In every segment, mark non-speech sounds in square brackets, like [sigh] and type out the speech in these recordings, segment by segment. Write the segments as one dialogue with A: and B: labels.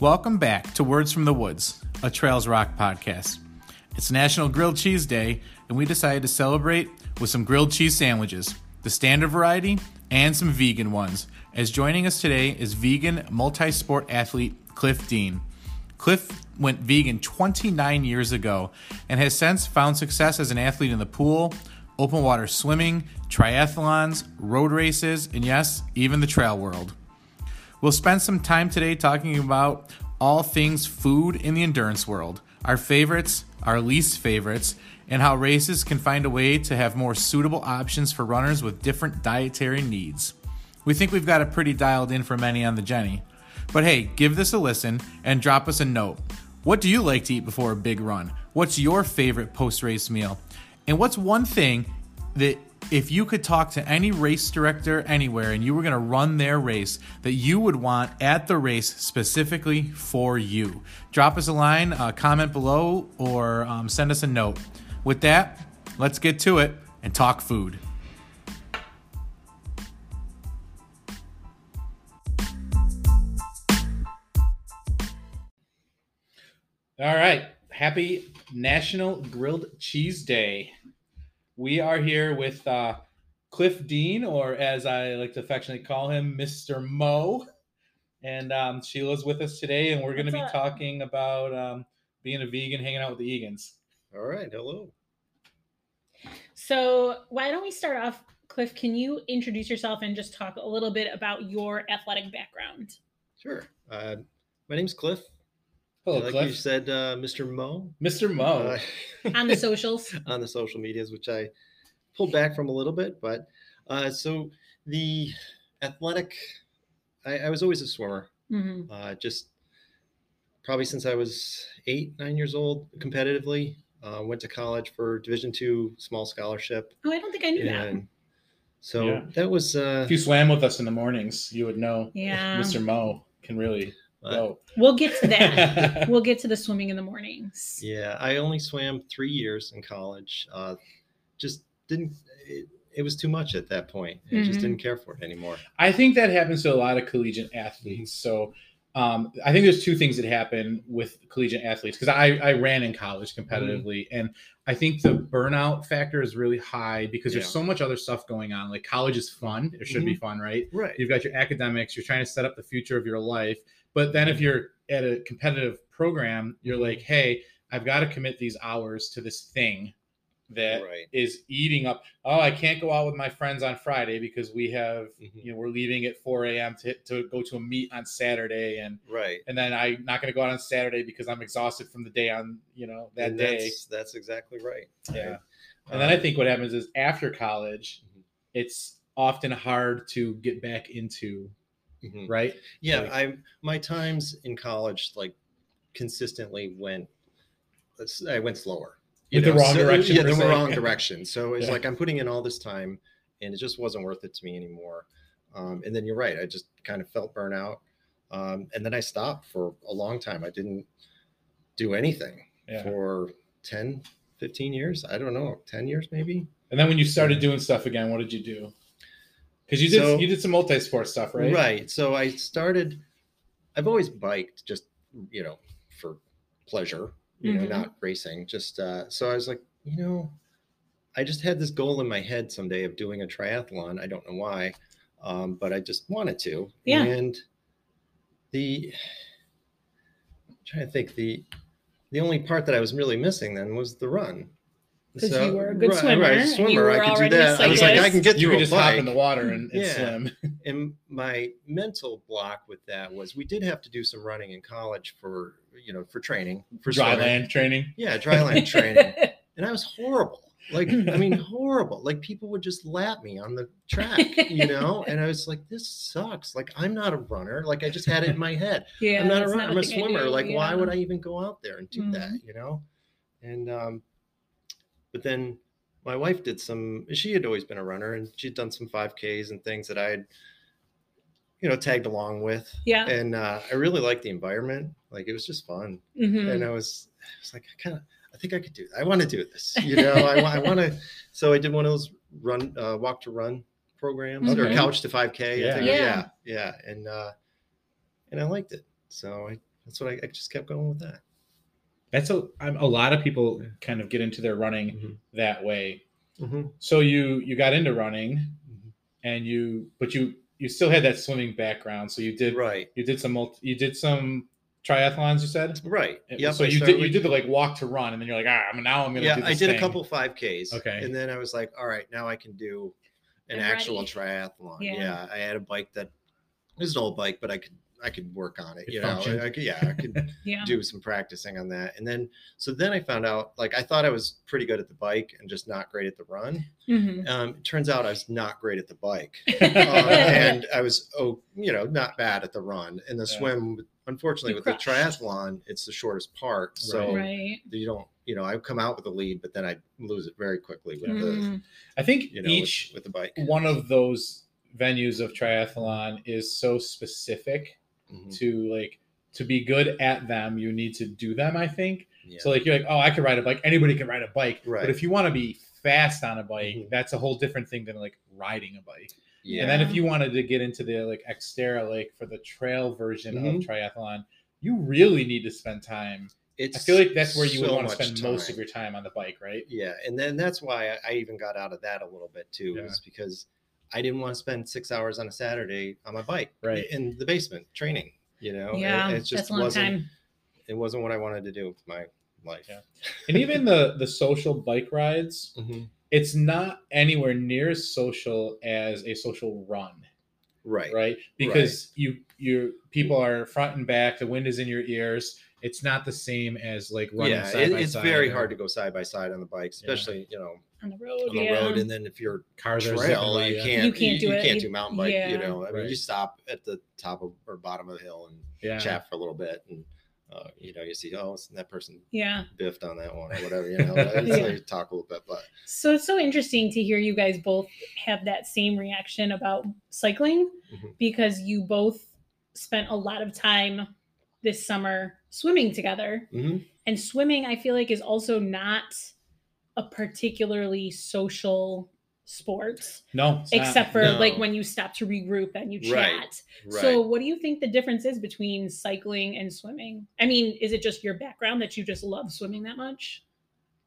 A: Welcome back to Words from the Woods, a Trails Rock podcast. It's National Grilled Cheese Day, and we decided to celebrate with some grilled cheese sandwiches, the standard variety, and some vegan ones. As joining us today is vegan multi sport athlete Cliff Dean. Cliff went vegan 29 years ago and has since found success as an athlete in the pool, open water swimming, triathlons, road races, and yes, even the trail world. We'll spend some time today talking about all things food in the endurance world, our favorites, our least favorites, and how races can find a way to have more suitable options for runners with different dietary needs. We think we've got it pretty dialed in for many on the Jenny. But hey, give this a listen and drop us a note. What do you like to eat before a big run? What's your favorite post race meal? And what's one thing that if you could talk to any race director anywhere and you were going to run their race that you would want at the race specifically for you drop us a line uh, comment below or um, send us a note with that let's get to it and talk food all right happy national grilled cheese day we are here with uh, Cliff Dean, or as I like to affectionately call him, Mr. Mo. And um, Sheila's with us today, and we're going to be
B: What's up?
A: talking about um, being a vegan, hanging out with the Egans.
C: All right, hello.
B: So why don't we start off, Cliff? Can you introduce yourself and just talk a little bit about your athletic background?
C: Sure. Uh, my name's Cliff.
A: Hello,
C: like you
A: Cliff.
C: said, uh, Mr. Mo
A: Mr. Mo.
C: uh, [laughs]
B: On the socials.
C: on the social medias, which I pulled back from a little bit. But uh, so the athletic, I, I was always a swimmer.
B: hmm
C: Uh, just probably since I was eight, nine years old, competitively. Uh, went to college for Division two small scholarship,
B: Oh, I don't think I knew that.
C: and so
A: Yeah.
C: that was uh,
A: if you swam with us in the mornings, you would know
B: Yeah,
A: Mr. Mo can really
C: uh,
A: go.
B: we'll get to
C: [laughs]
A: [laughs]
B: that. we'll get to the swimming in the mornings.
C: Yeah, I only swam three years in college. Uh, just didn't. It, it was too much at that point. I just
A: Mm-hmm.
B: Mhm.
C: didn't care for it anymore.
A: I think that happens to a lot of collegiate athletes.
C: Mm-hmm.
A: So um, I think there's two things that happen with collegiate athletes because I, I ran in college
C: Mm-hmm.
A: competitively, and I think the burnout factor is really high because there's
C: Yeah. Mm-hmm.
A: so much other stuff going on. Like college is fun; it should be fun, right?
C: Right.
A: You've got your academics, you're trying to set up the future of your life, but then
C: Mm-hmm.
A: if you're at a competitive program, you're like, hey, I've got to commit these hours to this thing that is
C: Right.
A: eating up. Oh, I can't go out with my friends on Friday because we have
C: Mhm.
A: you know we're leaving at 4 a.m to, to go to a meet on saturday and
C: Right.
A: and then i'm not going to go out on saturday because i'm exhausted from the day on you know that
C: And
A: day
C: That's, that's exactly right.
A: yeah
C: I-
A: and then i
C: uh,
A: think what happens is after college
C: Mhm.
A: it's often hard to get back into
C: mhm.
A: right
C: Yeah,
A: like-
C: I my times in college like consistently went. let's- I went slower.
A: With the wrong
C: so-
A: direction,
C: Yeah,
A: per
C: the
A: se. [laughs]
C: wrong direction. So it's
A: Yeah.
C: like I'm putting in all this time, and it just wasn't worth it to me anymore. Um, and then you're right. I just kind of felt burnout, um, and then I stopped for a long time. I didn't do anything
A: Yeah.
C: for 10, 15 years. I don't know, ten years maybe.
A: and then when you started doing stuff again what did you do because you did
C: So-
A: you did some multi-sport stuff right
C: So I started. I've always biked, just you know, for pleasure. You
B: Mhm.
C: know, not racing. Just uh, so I was like, you know, I just had this goal in my head someday of doing a triathlon. I don't know why, um, but I just wanted to.
B: Yeah.
C: And the I'm trying to think the the only part that I was really missing then was the run.
B: 'Cause you were a good swimmer,
C: Right,
B: and you
C: swimmer.
B: were
C: I could
B: already
C: do that. I was like, I
B: cyclist.
C: can get
A: you
C: through
A: could
C: a
A: just hop
C: bike
A: in the water and, and
C: Yeah.
A: swim
C: and my mental block with that was we did have to do some running in college for you know for training for
A: dry
C: swimming.
A: land training
C: yeah dry
A: [laughs]
C: land training and i was horrible like i mean horrible like people would just lap me on the track
A: [laughs]
C: you know and i was like this sucks like i'm not a runner like i just had it in my head
B: [laughs] yeah,
C: i'm not a
B: that's
C: runner i'm a
B: thing I
C: swimmer
B: do,
C: like why
B: yeah. Mm-hmm.
C: would i even go out there and do that you know and um but then my wife did some she had always been a runner and she'd done some 5ks and things that i had you know tagged along with
B: Yeah.
C: and uh, i really liked the environment like it was just fun
B: mhm.
C: and i was i was like i kind of i think i could do i want to do this you know
B: [laughs]
C: i, wa- I want to so i did one of those run uh, walk to run programs or
B: Okay.
C: couch to 5k I
A: Yeah.
C: think.
B: Yeah.
C: yeah yeah and uh and i liked it so i That's what I, I just kept going with that.
A: That's a I'm, a lot of people kind of get into their running
C: Mhm.
A: that way.
C: Mhm.
A: So you you got into running,
C: Mhm.
A: and you but you you still had that swimming background. So you did
C: Right.
A: you did some multi, you did some triathlons. You said.
C: Right.
A: Yeah.
C: Yep.
A: So
C: I
A: you
C: started
A: did you
C: with-
A: did the like walk to run, and then you're like, ah, I'm now I'm gonna.
C: yeah,
A: do
C: I
A: this
C: did a
A: thing."
C: couple 5Ks.
A: Okay.
C: And then I was like, all right, now I can do an
B: I'm
C: actual
B: ready.
C: triathlon.
B: Yeah.
C: Yeah. I had a bike that it was an old bike, but I could I could work on it.
A: It
C: you know,
A: functioned.
C: I could, yeah, I could
B: Yeah.
C: do some practicing on that. And then so then I found out like I thought I was pretty good at the bike and just not great at the run. [laughs]
B: Mhm.
C: Um, it turns out I was not great at
B: [laughs]
C: the bike. Um,
A: Yeah.
C: and I was oh you know not bad at the run and the
A: Yeah.
C: swim. Unfortunately,
B: You
C: with
B: crushed.
C: the triathlon, it's the shortest part. So
B: [laughs] right.
C: you don't you know i come out with a lead but then i lose it very quickly with the
B: Mm.
A: I think
C: you know
A: each
C: with, with the bike
A: one of those venues of triathlon is so specific
C: Mhm.
A: to like to be good at them you need to do them i think
C: yeah.
A: so like you're like oh i could ride a bike anybody can ride a bike
C: Right.
A: but if you want to be fast on a bike
C: Mhm.
A: that's a whole different thing than like riding a bike
C: yeah
A: and then if you wanted to get into the like xterra like for the trail version
C: Mhm.
A: of triathlon you really need to spend time
C: it's
A: i feel like that's where you would
C: so
A: want to
C: much
A: spend most of
C: time.
A: your time on the bike right
C: yeah and then that's why I, I even got out of that a little bit too
A: Yeah.
C: is because i didn't want to spend six hours on a saturday on my bike
A: Right.
C: in the basement training you know It-
B: yeah.
C: it,
B: that's
C: just
B: a long
C: wasn't
B: time.
C: it wasn't what i wanted to do with my life
A: Yeah. and even the the social bike rides
C: Mhm.
A: it's not anywhere near as social as a social run
C: right
A: right because you you people are front and back the wind is in your ears it's not the same as like running
C: yeah
A: side
C: it-
A: by
C: it's
A: side
C: very
A: or
C: hard to go side by side on the bike especially you know
B: On the road.
C: on the
B: yeah.
C: road and then if you're
A: cars are zipping
C: trail.
A: by
C: You
A: ya.
C: can't.
B: You can't do it.
C: can't
B: You-
C: do mountain bike.
B: yeah.
C: You know, I mean,
A: Right.
C: you stop at the top of or bottom of the hill and
A: yeah
C: chat for a little bit, and uh, you know, you see, oh, that person
B: yeah.
C: biffed on that one or whatever.
B: [laughs]
C: You know, That's how
B: Yeah.
C: you talk a little bit, but
B: So it's so interesting to hear you guys both have that same reaction about cycling
C: Mhm.
B: because you both spent a lot of time this summer swimming together.
C: Mhm.
B: And swimming, I feel like, is also not a particularly social sport,
A: no it's not.
B: except for
C: No.
B: like when you stop to regroup and you chat.
C: Right, right.
B: So, what do you think the difference is between cycling and swimming? I mean, is it just your background that you just love swimming that much?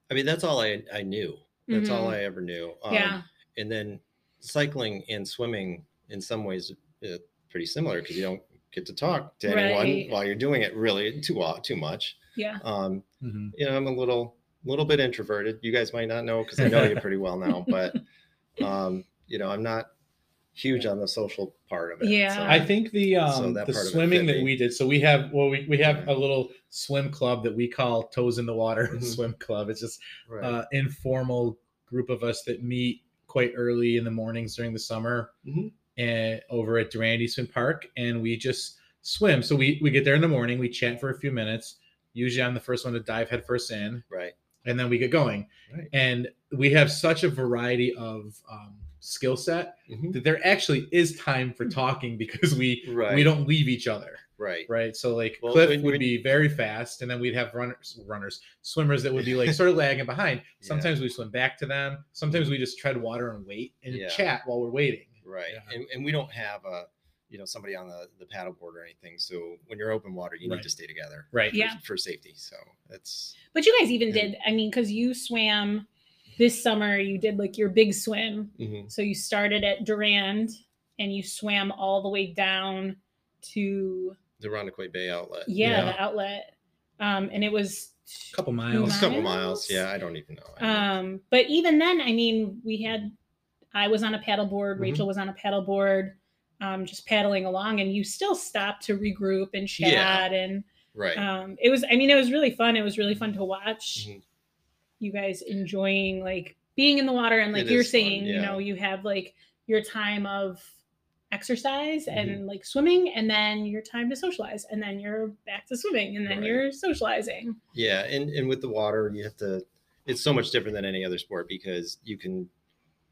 C: I mean, that's all I I knew. That's all
B: Mhm.
C: I ever knew. Um,
B: yeah.
C: And then cycling and swimming, in some ways, uh, pretty similar because you don't get to talk to
B: Right.
C: anyone while you're doing it really too uh, too much.
B: Yeah.
C: Um,
A: Mhm.
C: you know, I'm a little little bit introverted. You guys might not know because I know you pretty well
B: [laughs]
C: now, but um, you know, I'm not huge on the social part of it.
B: Yeah.
A: i think the um
C: So that
A: the
C: part of it
A: swimming
C: fit
A: that
C: me.
A: we did so we have well we, we have
C: Yeah.
A: a little swim club that we call toes in the water [laughs]
C: Mhm.
A: swim club it's just
C: right.
A: uh, informal group of us that meet quite early in the mornings during the summer
C: Mhm.
A: and over at Durand Eastman Park, and we just swim. So we we get there in the morning, we chat for a few minutes. Usually, I'm the first one to dive headfirst in,
C: right.
A: and then we get going.
C: Right.
A: And we have such a variety of um, skill set
C: Mhm.
A: that there actually is time for talking because we
C: Hmm. Right.
A: we don't leave each other
C: right.
A: right? So like
C: Well,
A: Cliff
C: when-
A: would
C: when-
A: be very fast, and then we'd have runners, runners, swimmers that would
C: [laughs]
A: be like sort of lagging behind.
C: Yeah.
A: Sometimes we swim back to them. Sometimes we just tread water and wait and
C: Yeah.
A: chat while we're waiting.
C: Right.
A: Yeah.
C: And, and we don't have a you know somebody on the the paddleboard or anything. So when you're open water, you
A: Right.
C: need to stay together
A: Right.
B: Yeah.
C: for safety. So that's
B: But you guys even
C: Yeah.
B: did, I mean, because you swam this summer, you did like your big swim.
C: mhm.
B: So you started at Durand and you swam all the way down to,
C: the Rondequoit Bay outlet.
B: yeah,
A: Yeah.
B: the outlet. Um, and it was,
A: A couple
C: It
A: miles.
C: was a couple miles.
B: Miles?
C: Yeah, I don't even know. I mean,
B: um, but even then, I mean, we had, I was on a paddleboard, board,
C: Mhm.
B: Rachel was on a paddleboard, um, just paddling along, and you still stopped to regroup and
C: Yeah.
B: chat. And
C: right.
B: um, it was, I mean, it was really fun. It was really fun to watch.
C: Mhm.
B: you guys enjoying like being in the water and like
C: It
B: you're
C: is fun,
B: saying you
C: yeah.
B: know you have like your time of exercise
C: Mm-hmm.
B: and like swimming and then your time to socialize and then you're back to swimming and then
C: Right.
B: you're socializing
C: Yeah, and and with the water, you have to. It's so much different than any other sport because you can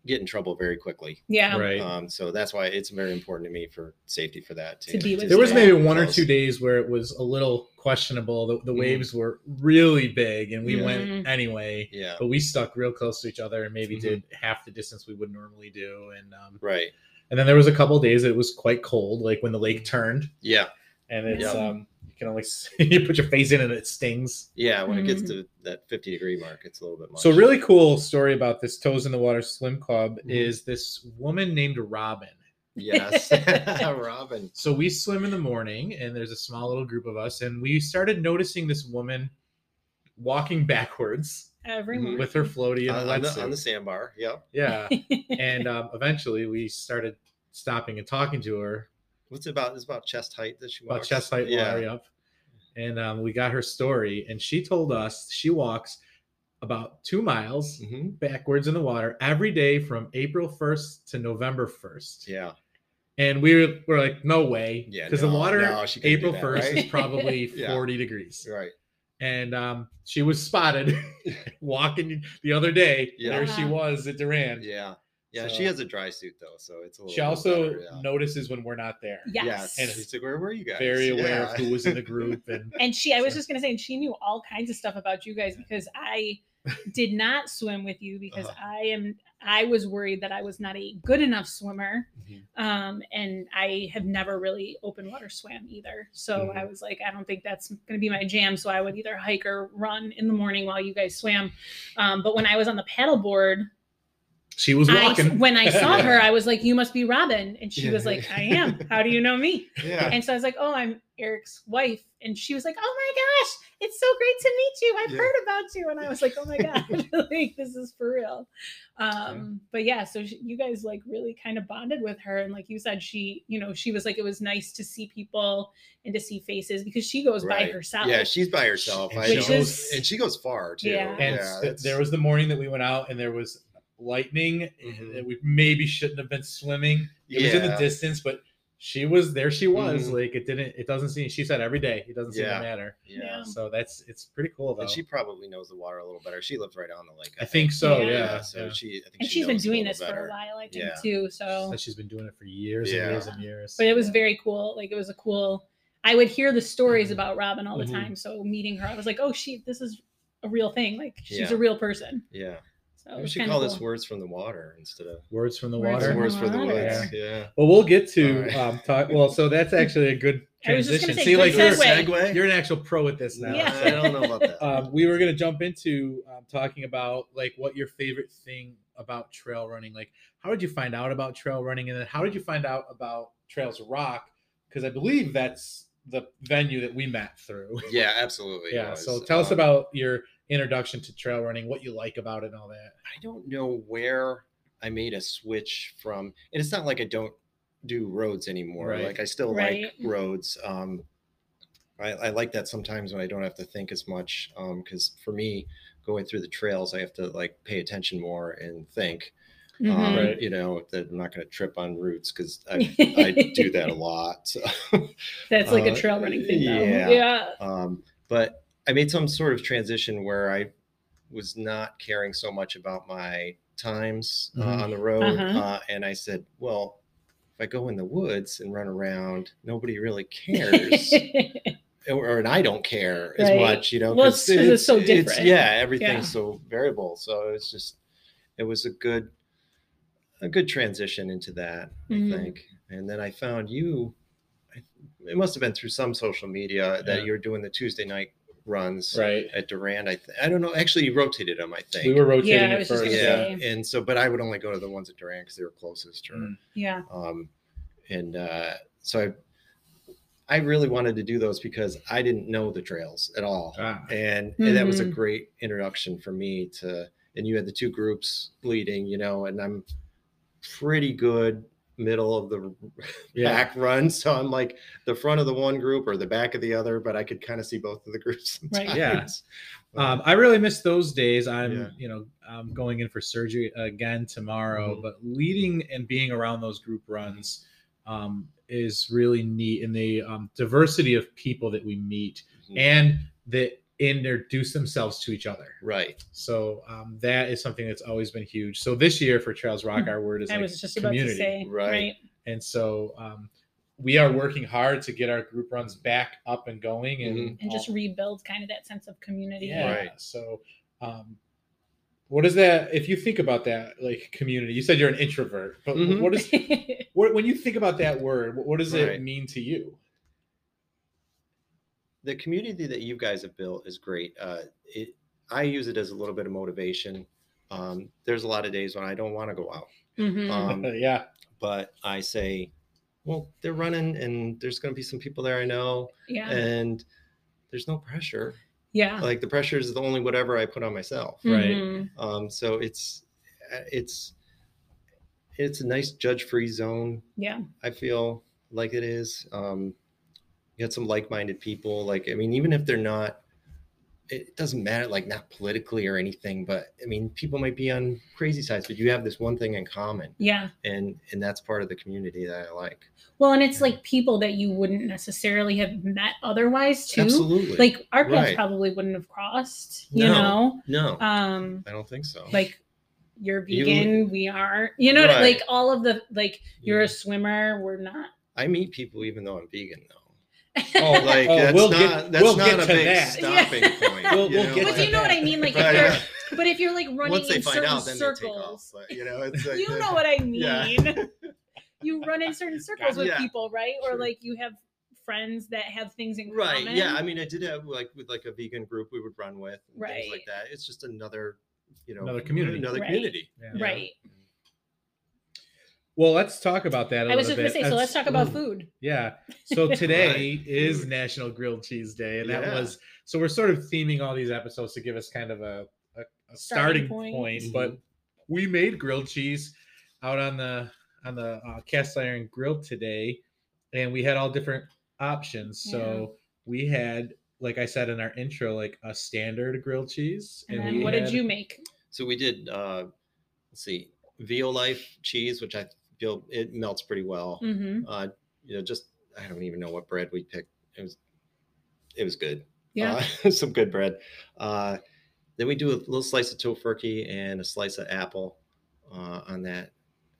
C: get in trouble very quickly.
B: yeah
A: right.
C: Um, so that's why it's very important to me for safety for that too.
B: To be with
A: there was
B: Yeah.
A: maybe one or two
C: days.
A: days where it was a little questionable. The, the
C: Mhm.
A: waves were really big, and we
B: Yeah.
A: went anyway.
C: Yeah,
A: But we stuck real close to each other and maybe
C: Mhm.
A: did half the distance we would normally do. And um,
C: right. Mm.
A: and then there was a couple days it was quite cold, like when the lake turned.
C: Yeah,
A: and it's
B: Yeah.
A: um can only [laughs] you put your face in and it stings.
C: Yeah, when it gets
B: Mm-hmm.
C: to that 50 degree mark, it's a little bit much.
A: So really cool story about this Toes in the Water Swim Club
C: Mhm.
A: is this woman named Robin.
C: Yes. [laughs] Robin.
A: So we swim in the morning, and there's a small little group of us, and we started noticing this woman walking [laughs] backwards
B: Every
C: Mhm.
B: morning.
A: with her floaty
C: On,
A: and
C: on
A: a
C: the,
A: wetsuit.
C: on the sandbar. Yep.
A: yeah,
C: [laughs]
A: and um, eventually we started stopping and talking to her
C: What's it about? It's about chest height that she walks.
A: about chest height
C: Yeah.
A: water up, and um, we got her story, and she told us she walks about two miles
C: Mhm.
A: backwards in the water every day from April 1st to November 1st.
C: Yeah.
A: And we were, were like, no way.
C: Yeah,
A: Because the
C: no,
A: water
C: no, she couldn't do
A: April
C: that,
A: 1st is
C: right?
A: probably
C: [laughs] Yeah.
A: 40 degrees.
C: Right.
A: And um, she was spotted [laughs] walking the other day.
C: Yeah.
A: There she
B: Uh-huh.
A: was at Duran.
C: Yeah. Yeah.
A: So-
C: she has a dry suit though, so it's a little
A: She
C: bit
A: also
C: better, yeah.
A: notices when we're not there.
B: yes.
C: And
B: And,
C: she's like, where were you guys?
A: Very aware
C: Yeah.
A: of who was in the group.
C: [laughs]
A: And
B: she, I was just going to say, and she knew all kinds of stuff about you guys because I did not swim with you because
C: Uh-huh.
B: I am, I was worried that I was not a good enough swimmer.
C: Mhm.
B: Um, and I have never really open water swam either. So I
C: Mm-hmm.
B: was like, I don't think that's going to be my jam. So I would either hike or run in the morning while you guys swam. Um, but when I was on the paddleboard,
A: she was
B: I,
A: walking.
B: when I saw
C: Yeah. [laughs]
B: her, I was like, "You must be Robin," and she
C: Yeah.
B: was like, "I am." How do you know me?
C: [laughs] Yeah.
B: And so I was like, "Oh, I'm Eric's wife," and she was like, "Oh my gosh, it's so great to meet you. I've
C: Yeah.
B: heard about you," and I was like, "Oh my
C: [laughs]
B: god, [laughs] like this is for real." Um, But yeah, so she, you guys like really kind of bonded with her, and like you said, she, you know, she was like, it was nice to see people and to see faces because she goes by
C: Right.
B: herself.
C: Yeah, she's by herself.
A: And
C: I
A: she
C: know.
B: goes-
C: and she goes far too.
B: Yeah.
A: and
C: yeah,
A: th-
C: it's-
A: there was the morning that we went out and there was lightning
C: Mhm.
A: that we maybe shouldn't have been swimming. It was in the
C: Yeah.
A: distance, but she was there. She was
C: Mhm.
A: like it didn't. It doesn't seem. She said every day. It doesn't seem to
C: Yeah.
A: matter.
B: Um,
C: yeah.
A: So that's it's pretty cool though.
C: And she probably knows the water a little better. She lives right on the lake.
A: I think so.
B: Yeah.
A: Yeah.
C: so
A: yeah.
C: she. I think
B: and
C: she
B: she's been
C: knows a
B: doing
C: little
B: this for
C: better.
B: a while, I think,
C: Yeah.
B: too.
A: She
B: So
A: said she's been doing it for years
C: Yeah.
A: and years and years.
B: but it was very cool. Like it was a cool. I would hear the stories about Robin all the
C: Mhm.
B: time. So meeting her, I was like, oh, she, this is a real thing. Like she's
C: Yeah.
B: a real person.
C: Yeah.
B: So it
C: we
B: was
C: should
B: kinda
C: call
B: cool.
C: this words from the water instead of
A: words from the
B: Words
A: water.
B: from the
C: words for the
B: water.
C: woods. Yeah.
A: Well, we'll get to
C: All right.
A: um, talk. Well, so that's actually a good
B: I was just
A: transition.
B: gonna say,
A: See,
B: good
A: like
B: Segue.
A: you're,
C: Segue.
A: you're an actual pro at this now.
C: No,
B: Yeah.
C: I don't know about that.
A: [laughs] um, we were going to jump into um, talking about like what your favorite thing about trail running like how did you find out about trail running and then how did you find out about trails rock because i believe that's the venue that we met through
C: yeah, absolutely.
A: [laughs] yeah
C: it
A: so
C: was.
A: tell us
C: Um,
A: about your introduction to trail running what you like about it and all that
C: I don't know where I made a switch from, and it's not like I don't do roads anymore.
A: Right.
C: Like I still
B: Right.
C: like roads. Um, I, I like that sometimes when I don't have to think as much. Um, because for me, going through the trails, I have to like pay attention more and think.
B: [laughs]
C: Um,
B: Mhm.
A: Right.
C: you know that I'm not going to trip on roots because [laughs] I, I do that a lot. [laughs] So,
B: [laughs] That's like a
C: Uh,
B: trail running thing, though.
C: yeah.
B: yeah.
C: um, but I made some sort of transition where I was not caring so much about my times uh,
A: Mhm.
C: on the road,
B: Uh-huh.
C: uh, and I said, well. If I go in the woods and run around, nobody really cares, or, or- and I don't care as
B: Right.
C: much, you know.
B: Well, it's-
C: 'cause
B: it's so different.
C: yeah, everything's
B: Yeah.
C: so variable. So it's just, it was a good, a good transition into that.
B: Mhm.
C: I think. And then I found you. I- It must have been through some social media that
A: Yeah.
C: you were doing the Tuesday night runs
A: right
C: at Durand. I th- I don't know. Actually, you rotated them. I think.
A: we were rotating
B: Yeah, I
A: it
B: was just
A: first
B: gonna
A: yeah
C: yeah. And so, but I would only go to the ones at Durand because they were closest. Or,
A: Mm.
B: [laughs] yeah.
C: um, and uh, so I, I really wanted to do those because I didn't know the trails at all,
A: Ah.
C: and, and that was a
B: Mhm.
C: great introduction for me to. And you had the two groups leading, you know, and I'm pretty good middle of the
A: Yeah.
C: back run, [laughs] so I'm like the front of the one group or the back of the other, but I could kind of see both of the groups. [laughs]
B: Right.
C: Sometimes.
A: Yeah.
C: But-
A: Um, I really miss those days. I'm,
C: Yeah.
A: you know, I'm going in for surgery again tomorrow.
C: Mhm.
A: But leading and being around those group runs um, is really neat, and the um, diversity of people that we meet
C: Mhm.
A: and that introduce themselves to each other.
C: right.
A: So um, that is something that's always been huge. So this year for Trails Rock, our word is
B: Hmm. I
A: like
B: was just about
A: community,
B: to say,
C: Right.
B: right.
A: and so um, we are working hard to get our group runs back up and going, and,
C: Mm-hmm.
B: And
A: all-
B: just rebuild kind of that sense of community.
A: yeah.
B: [laughs]
C: Right.
A: So, um, what is that? If you think about that, like community, you said you're an introvert, but
B: Mm-hmm.
C: Mhm.
A: what is what when you [laughs] think about that word? What, what does it
C: Right.
A: mean to you?
C: the community that you guys have built is great. Uh, it, I use it as a little bit of motivation. Um, there's a lot of days when I don't want to go out,
B: Mhm.
C: um,
A: yeah.
C: but I say, well, they're running, and there's going to be some people there I know,
B: yeah.
C: and there's no pressure.
B: yeah.
C: Like the pressure is the only whatever I put on myself.
A: right.
B: Mhm.
C: Um, so it's it's it's a nice judge-free zone.
B: Yeah.
C: I feel like it is. Um, you got some like-minded people. Like, I mean, even if they're not, it doesn't matter. Like, not politically or anything, but I mean, people might be on crazy sides, but you have this one thing in common,
B: Yeah.
C: and and that's part of the community that I like.
B: Well, and it's like people that you wouldn't necessarily have met otherwise too.
C: Absolutely.
B: Like our paths
C: Right.
B: probably wouldn't have crossed, you
C: No.
B: know.
C: no,
B: Um
C: I don't think so.
B: like you're
C: You-
B: vegan, we are. You know
C: Right.
B: like all of the like you're
C: Yeah.
B: a swimmer, we're not.
C: I meet people even though I'm vegan,
B: [laughs]
C: though. Oh, like
A: Oh,
C: that's
A: we'll get-
C: not that's
A: we'll
C: not
A: get
C: a
A: to
C: big
A: that.
C: stopping
B: Yeah.
C: point.
A: [laughs] We'll- we'll get
B: But
A: to
B: you know what I mean like if
C: Right,
B: you're
C: yeah.
B: but if you're like running
C: uh, Once they
B: in
C: find
B: certain
C: out, then they take off.
B: circles.
C: But, you know, it's
B: [laughs]
C: like
B: you know what I mean.
C: [laughs]
B: [laughs]
C: Yeah.
B: you run in certain circles with
C: Yeah.
B: people, right? Or
C: Sure.
B: like you have friends that have things in
C: right?
B: common.
C: Yeah, I mean, I did have like with like a vegan group we would run with, and
B: Right.
C: things like that. It's just another, you know,
A: Another community.
C: another
B: Right.
C: community.
A: Yeah.
C: you know?
B: Right.
A: Well, let's talk about that. I
B: I was just gonna say, so let's talk about food. [laughs]
A: Yeah. So today
C: Right.
A: is
C: Food.
A: National Grilled Cheese Day, and that
C: Yeah.
A: was so we're sort of theming all these episodes to give us kind of a a, a starting,
B: Starting
A: point.
B: point.
C: Mm-hmm.
A: But we made grilled cheese out on the on the uh, cast iron grill today, and we had all different options. So we had, like I said in our intro, like a standard grilled cheese,
B: And
A: we
B: then what
A: had-
B: did you make?
C: So we did. uh Let's see, veal life cheese, which I feel it melts pretty well.
B: Mm-hmm.
C: Uh, you know, just I don't even know what bread we picked. It was, it was good.
B: Yeah.
C: uh, [laughs] some good bread. Uh, then we do a little slice of tofurkey and a slice of apple uh, on that.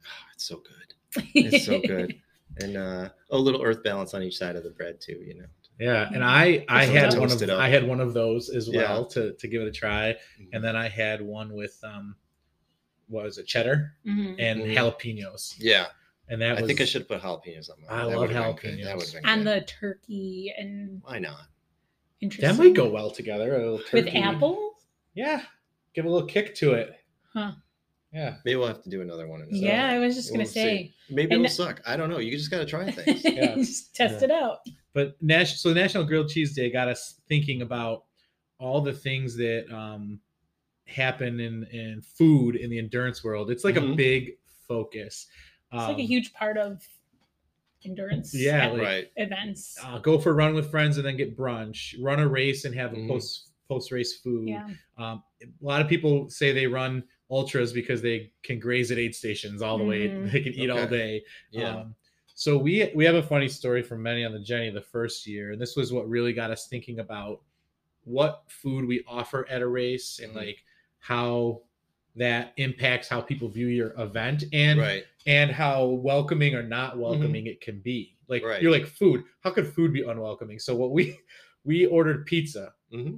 C: [sighs] it's so good. It's
B: [laughs]
C: so good. And uh, a little earth balance on each side of the bread too. You know.
A: Yeah,
B: Mm-hmm.
A: and I I
B: So
A: had
B: toast
A: one of
C: it up.
A: I had one of those as
C: Yeah. Mm-hmm.
A: well to to give it a try, and then I had one with um, what was it, cheddar
B: Mhm.
A: and
C: Mhm.
A: jalapenos,
C: yeah,
A: and that
C: I
A: was,
C: think I should have put jalapenos on mine.
A: I
C: That
A: love
C: would've been
A: jalapenos.
C: good. That would have been
B: And
C: good.
B: the turkey and
C: Why not?
B: interesting.
A: That might go well together. A little
B: with
A: turkey.
B: apple.
A: yeah, give a little kick to it.
B: Huh.
A: Yeah,
C: Maybe we'll have to do another one. in a second.
B: yeah, I was just gonna
C: we'll
B: say,
C: see. Maybe
B: And-
C: it'll suck. I don't know. You just got to try
B: [laughs]
C: things.
A: Yeah.
B: just test
A: Yeah.
B: it out.
A: but Nash, so National Grilled Cheese Day got us thinking about all the things that um happen in in food in the endurance world. It's like a
C: Mhm.
A: big focus.
B: It's like a
A: Um,
B: huge part of endurance.
A: Yeah,
B: at
A: like-
C: right.
B: events.
A: uh, go for a run with friends and then get brunch run a race and have a
C: Mhm.
A: post post race food
B: yeah,
A: um, a lot of people say they run ultras because they can graze at aid stations all the way [laughs]
B: Mhm.
A: they can eat all
C: Okay.
A: day
C: Yeah.
A: um, so we we have a funny story from many on the Jenny the first year, and this was what really got us thinking about what food we offer at a race and
C: Mhm.
A: like how that impacts how people view your event and
C: right.
A: and how welcoming or not welcoming it can be. Like
C: Mm-hmm. Right.
A: you're like food. How could food be unwelcoming? So what we [laughs] we ordered pizza.
C: hmm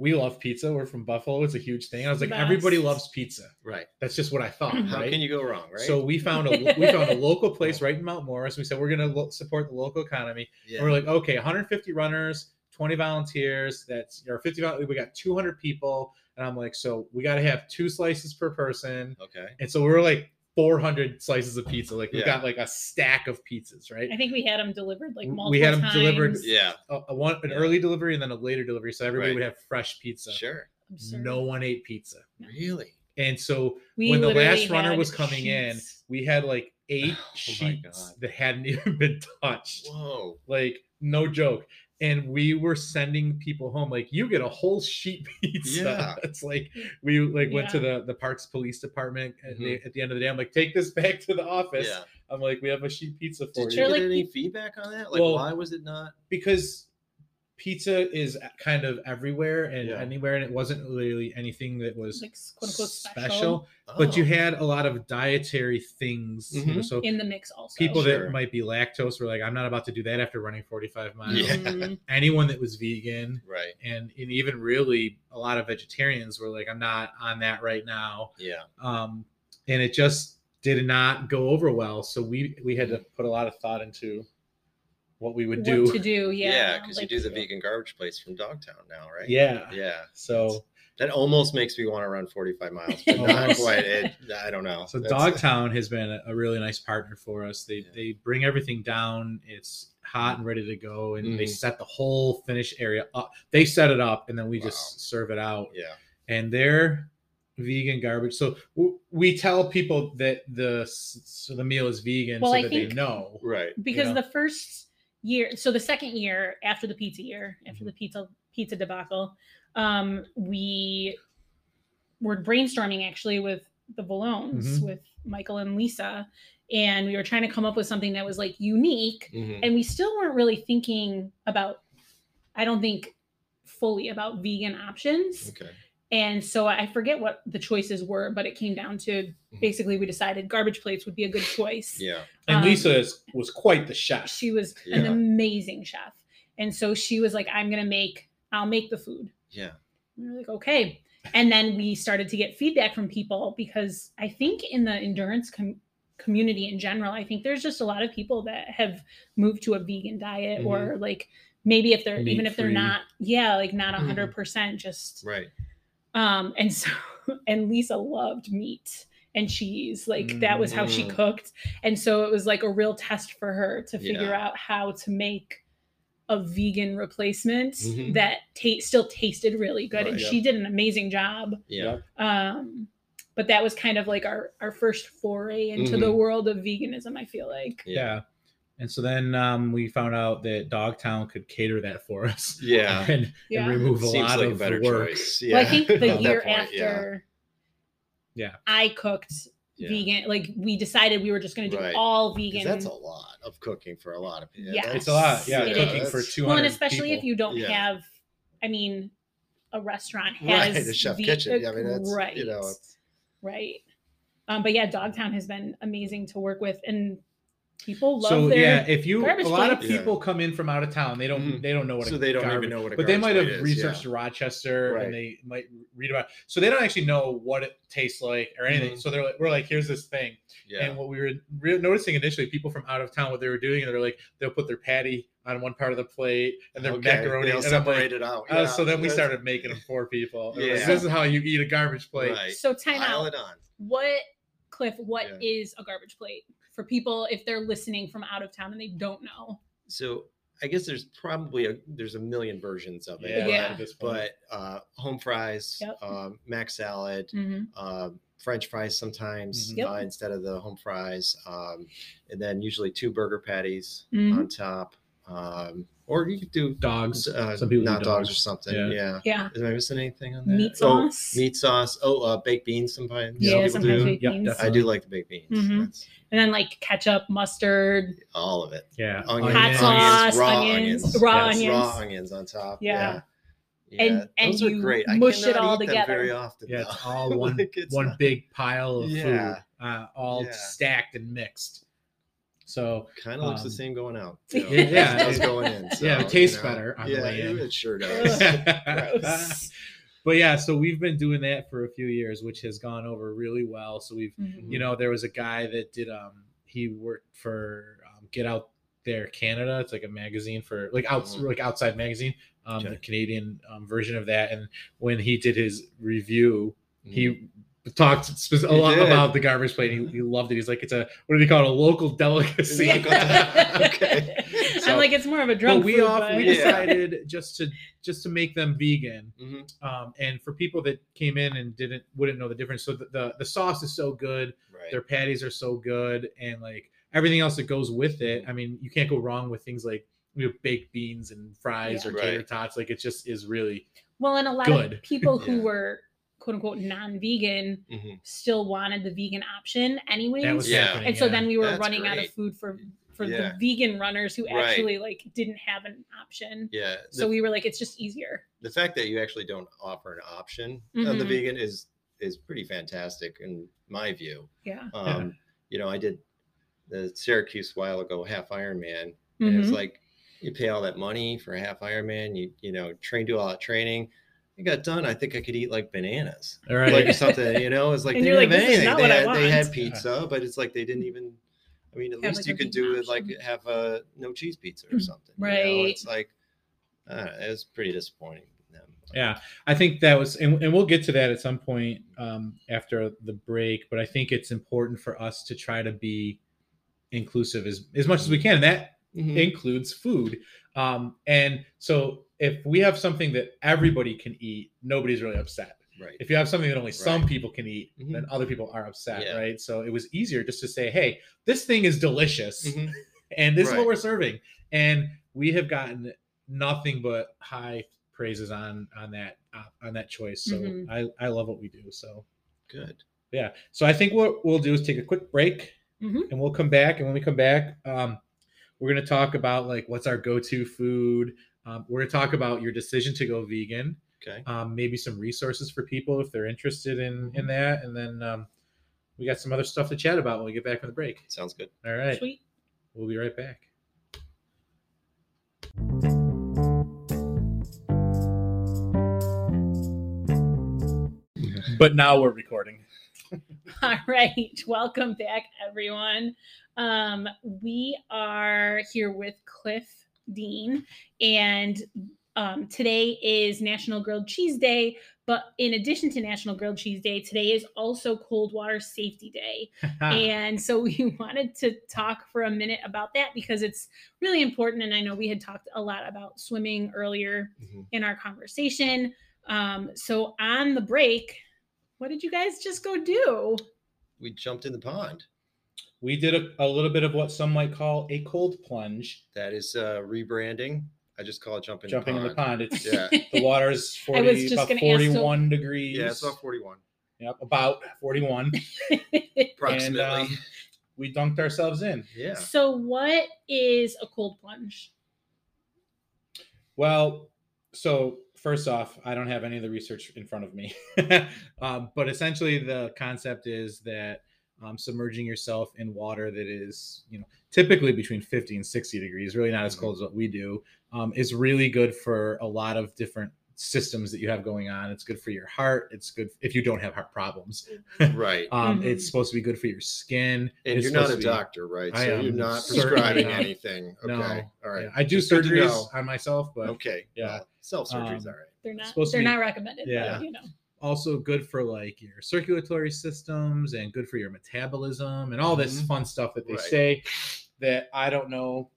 A: We love pizza. We're from Buffalo. It's a huge thing. I was
B: The
A: like, everybody
B: best.
A: loves pizza.
C: Right.
A: That's just what I thought.
C: How
A: right?
C: can you go wrong? Right.
A: So we found
B: [laughs]
A: a we found a local place right in Mount Morris. We said we're going to lo- support the local economy.
C: yeah.
A: And we're like, okay, 150 runners, 20 volunteers. That's or 50. vol- We got 200 people, and I'm like, so we got to have two slices per person.
C: okay.
A: And so we were like 400 slices of pizza. Like we
C: Yeah.
A: got like a stack of pizzas, right?
B: I think we had them delivered like multiple
A: We had 'em
B: times.
A: delivered-
C: Yeah.
A: A, a one, an
C: Yeah.
A: early delivery and then a later delivery. So everybody
C: Right.
A: would have fresh pizza.
C: Sure.
B: Absurd.
A: No one ate pizza.
C: Really.
A: And so
B: We
A: when the
B: literally
A: last runner
B: had
A: was coming in,
B: sheets.
A: we had like eight
C: [sighs] Oh my
A: sheets
C: God.
A: that hadn't [laughs] even been touched.
C: Whoa.
A: Like, no joke. And we were sending people home. Like, you get a whole sheet [laughs] pizza.
C: Yeah.
A: It's like we like went to the the parks police department and they, at the end of the day. I'm like, take this back to the office.
C: Mm-hmm. Yeah.
A: I'm like, we have a sheet pizza for
C: Did
A: you.
C: you
B: Sure,
C: get
B: like,
C: any
B: peop-
C: feedback on that? Like,
A: Well-
C: why was it not?
A: because pizza is kind of everywhere and
C: Yeah.
A: anywhere, and it wasn't really anything that was
B: like quote unquote
A: special.
B: special,
A: But you
C: Oh,
A: had a lot of dietary things, you know,
C: Mhm.
A: so.
B: in the mix also.
A: People that
C: Sure.
A: might be lactose were like, I'm not about to do that after running 45 miles.
C: [laughs] Yeah.
B: [laughs] Mhm.
A: Anyone that was vegan
C: right.
A: and, and even really a lot of vegetarians were like, I'm not on that right now.
C: Yeah.
A: Um, and it
C: Mm.
A: just did not go over well. So we we had to put a lot of thought into what we would
B: what
A: do.
B: to do. Yeah.
C: Yeah, because
B: like-
C: you do the vegan garbage place from Dogtown now, right?
A: Yeah.
C: Yeah.
A: So
C: That almost makes me want to run 45 miles,
A: [laughs]
C: but not
A: Almost.
C: quite. It, I don't know.
A: Oh, So
C: That's-
A: Dogtown has been a- a really nice partner for us. They
C: Yeah.
A: they bring everything down. It's hot and ready to go, and they
C: Mhm.
A: set the whole finish area up. They set it up, and then we
C: Wow.
A: just serve it out.
C: Yeah.
A: And they're vegan garbage. So w- we tell people that the s- so the meal is vegan,
B: Well,
A: so
B: I
A: that
B: think-
A: they know.
C: Right.
B: because
A: know?
B: the first year so the second year after the pizza year after
A: Mm-hmm.
B: the pizza pizza debacle um we were brainstorming actually with the balloons
A: Mhm.
B: with michael and lisa and we were trying to come up with something that was like unique
C: Mhm.
B: and we still weren't really thinking about i don't think fully about vegan options
C: Okay.
B: and so i forget what the choices were but it came down to
C: Mhm.
B: basically we decided garbage plates would be a good choice
C: Yeah.
A: And
B: Um,
A: Lisa is, was quite the chef.
B: she was an
C: Yeah.
B: amazing chef. And so she was like, I'm going to make, I'll make the food.
C: Yeah.
B: And we were like, okay. And then we started to get feedback from people because I think in the endurance com- community in general, I think there's just a lot of people that have moved to a vegan diet or like maybe if they're, even if they're
A: Meat-free.
B: not, yeah, like not a 100% percent just
C: Right.
B: um and so [laughs] and lisa loved meat and cheese like that was how she
C: Mm.
B: cooked and so it was like a real test for her to figure out how to make a vegan replacement
C: Mhm.
B: that ta- still tasted really good and
C: Right.
B: she did an amazing job
C: Yeah.
B: um but that was kind of like our our first foray into the
C: Mm-hmm.
B: world of veganism i feel like
A: yeah. And so then um, we found out that Dogtown could cater that for us.
C: Yeah.
A: [laughs] And, and
B: yeah
A: remove a
C: Seems
A: lot
C: like a
A: of
C: better
A: work.
C: choice.
B: Well,
C: [laughs]
B: i think
C: At
B: the
C: that
B: year
C: point,
B: after
A: Yeah.
B: i cooked
C: Yeah. Yeah.
B: vegan. Like we decided we were just going to do
C: Right.
B: all
C: 'Cause
B: vegan.
C: That's a lot of cooking for a lot of people.
B: Yeah.
A: It's a lot. Yeah.
B: It
A: cooking
B: is.
A: for 200
B: well, and especially
A: people.
B: if you don't
C: Yeah.
B: have, I mean, a restaurant
C: Right,
B: has
C: a chef
B: ve-
C: kitchen. Yeah, I mean, that's, you
B: right,
C: know.
B: right. Um, but yeah, Dogtown has been amazing to work with, and people love
A: so
B: their.
A: yeah, if you a
B: garbage
A: lot of
C: plates. Yeah.
A: people come in from out of town, they don't
C: Mhm.
A: they don't know what
C: So
A: a
C: they don't
A: garbage-
C: even know what a
A: but they
C: garbage
A: might have
C: plate is, yeah.
A: researched Rochester
C: Right.
A: and they might read about. So they don't actually know what it tastes like or anything.
C: Mhm.
A: So they're like, we're like, here's this thing.
C: Yeah.
A: And what we were re- noticing initially, people from out of town, what they were doing, they're like, they'll put their patty on one part of the plate and their
C: Okay,
A: macaroni.
C: They'll
A: And I'm
C: separate
A: like,
C: it out.
A: uh, so then we
C: that's-
A: started making them for people. We're like,
C: Yeah.
A: this is how you eat a garbage plate.
C: Right.
B: So time
C: Pile
B: out.
C: it on.
B: What Cliff? What is
C: Yeah.
B: a garbage plate for people if they're listening from out of town and they don't know?
C: So I guess there's probably a there's a million versions of it.
A: Yeah.
C: but-
B: Yeah.
A: At this point.
C: But uh, home fries,
B: Yep.
C: um, mac salad,
B: Mm-hmm.
C: um, French fries sometimes
A: Mhm.
B: Yep.
C: uh, instead of the home fries, um, and then usually two burger patties
B: Mhm.
C: on top, um, or you could do
A: dogs.
C: uh,
A: Some people do
C: not dogs.
A: dogs.
C: or something.
A: Yeah.
C: Yeah.
B: Yeah,
C: Am I missing anything on that?
B: meat
C: Oh,
B: sauce.
C: meat sauce. Oh, uh, baked beans sometimes.
B: Yeah,
C: some people
B: sometimes
C: do.
B: baked
A: Yep,
B: beans.
A: definitely.
C: I do like the baked beans.
B: Mhm.
C: That's
B: and then like ketchup, mustard,
A: [laughs]
C: all of it.
A: Yeah.
C: Onion-
B: hot
C: onions,
B: sauce,
C: raw
B: onions,
C: onions.
B: raw
A: Yes,
B: onions.
C: raw onions on top.
B: Yeah.
C: Yeah.
B: And- and
C: those are
B: you
C: great. I
B: mush it
C: cannot
B: all
C: eat them
B: together.
C: very often.
A: Yeah,
C: though. [laughs]
A: it's all one
C: Like, it's
A: one
C: not-
A: big pile of
C: Yeah.
A: food, uh, all
C: Yeah.
A: stacked and mixed.
C: [laughs]
A: So [laughs]
C: kind of looks
A: um,
C: the same going
A: [laughs]
C: out.
B: Yeah,
C: too.
A: yeah,
C: It does
A: it-
C: going in.
A: [laughs] yeah, it
C: so,
A: tastes better on the
C: yeah,
A: way in. [laughs]
C: it sure does.
A: but
B: Gross.
A: yeah, so we've been doing that for a few years, which has gone over really well. So we've,
B: Mhm.
C: Mm-hmm.
A: you know, there was a guy that did, um, he worked for um, Get Out There Canada. It's like a magazine for like out,
C: Mhm.
A: like outside magazine, um,
C: Okay.
A: the Canadian um, version of that. And when he did his review,
C: Mhm.
A: he talked spec- a
C: He
A: lot
C: did.
A: about the garbage plate. He, he loved it. He's like, it's a what do they call it? A local [laughs] delicacy.
B: [laughs]
C: Yeah. Okay.
B: I'm
A: So-
B: like it's more of a drunk.
A: But we
B: food,
A: off,
B: but-
A: we
C: Yeah.
A: decided just to just to make them vegan,
C: Mhm.
A: um, and for people that came in and didn't wouldn't know the difference. So the the, the sauce is so good,
C: Mm-hmm, Right.
A: their patties are so good, and like everything else that goes with it. I mean, you can't go wrong with things like you know, baked beans and fries
B: Yeah.
A: or tater
C: Right.
A: tots. Like it just is really
B: well, and a lot
A: good.
B: of people who
C: Yeah.
B: were quote unquote non-vegan
C: Mhm.
B: still wanted the vegan option anyways.
A: that was
C: Yeah.
A: happening.
B: and so
A: yeah.
B: then we were
C: That's
B: running out of
C: great.
B: food for for
C: Yeah.
B: the vegan runners who
C: Right.
B: actually like didn't have an option.
C: Yeah. The,
B: So we were like, it's just easier.
C: the fact that you actually don't offer an option on the
B: Mhm.
C: vegan is is pretty fantastic in my view.
B: Yeah.
C: Um, You know, I did the Syracuse a while ago half Ironman, and it's
B: Mhm.
C: like you pay all that money for a half Ironman. You you know train do all that training. I got done. I think I could eat like bananas.
A: all right.
C: like or something. You know, it's like
B: And
C: they
B: you're
C: didn't
B: like,
C: have
B: "This is
C: anything.
B: not
C: They
B: what I
C: had, they
B: want."
C: had pizza, but it's like they didn't even. I I mean, at
B: Have,
C: least
B: like,
C: you
B: a
C: could
B: vegan
C: do it like
B: option. Mm-hmm.
C: have a no cheese pizza or something. you know?
B: Right.
C: It's like uh, it was pretty disappointing. in Them.
A: Yeah, I think that was, and, and we'll get to that at some point um, after the break. But I think it's important for us to try to be inclusive as, as much as we can. And that
C: Mhm.
A: includes food. Um, and so if we have something that everybody can eat, nobody's really upset.
C: Right.
A: If you have something that only some
C: Right. Mm-hmm.
A: people can eat, then other people are upset,
C: Yeah.
A: right? So it was easier just to say, hey, this thing is delicious
C: Mhm.
A: and this is what
C: Right.
A: we're serving. And we have gotten nothing but high praises on on that uh, on that choice. So
B: Mhm.
A: I I love what we do. So
C: Good.
A: yeah. So I think what we'll do is take a quick break
B: Mhm.
A: and we'll come back. And when we come back, um, we're going to talk about like what's our go to food. Um, we're going to talk about your decision to go vegan,
C: Okay.
A: um, maybe some resources for people if they're interested in, in that. And then um, we got some other stuff to chat about when we get back from the break.
C: Sounds good.
A: All right.
B: Sweet.
A: We'll be right back. But now we're recording.
B: [laughs] All right. Welcome back, everyone. Um, we are here with Cliff Dean, and um, today is National Grilled Cheese Day. But in addition to National Grilled Cheese Day, today is also Cold Water Safety Day. [laughs]
A: Ah.
B: And so we [laughs] wanted to talk for a minute about that because it's really important. And I know we had talked a lot about swimming earlier
A: Mm-hmm.
C: Mhm.
B: in our conversation. Um, so on the break, what did you guys just go do?
C: We jumped in the pond.
A: we did a, a little bit of what some might call a cold plunge,
C: That is uh, rebranding. I just call it jumping.
A: jumping
C: the
A: in the pond. It's
B: [laughs]
C: Yeah.
A: the water is 40,
B: I was just
A: about
B: gonna ask, so-
A: 41 degrees.
C: Yeah, it's about 41
A: yep, about 41.
C: approximately.
A: And, um, we dunked ourselves in.
C: yeah.
B: So what is a cold plunge?
A: Well, so first off, I don't have any of the research in front of me, [laughs] um, but essentially the concept is that um, submerging yourself in water that is, you know, typically between 50 and 60 degrees, really not as
C: Mm-hmm.
A: cold as what we do, um, is really good for a lot of different systems that you have going on. It's good for your heart. It's good if you don't have heart problems.
C: [laughs] Right.
A: Um,
B: Mhm.
A: It's supposed to be good for your skin.
C: Mm-hmm. And
A: It's
C: you're not
A: supposed
C: a
A: to be-
C: doctor, right?
A: I
C: so you're
A: am
C: not
A: certainly
C: prescribing
A: not.
C: anything. Okay.
A: No.
C: All right.
A: Yeah, I do
C: Just good to
A: surgeries
C: know.
A: on myself, but
C: Okay.
A: Yeah.
C: Self surgery's
A: Um,
C: all right.
B: They're not
A: Supposed to
B: they're
A: be-
B: not recommended. but,
A: Yeah.
B: you know.
A: also good for like your circulatory systems and good for your metabolism and all this
C: Mhm.
A: fun stuff that they
C: Right.
A: say that I don't know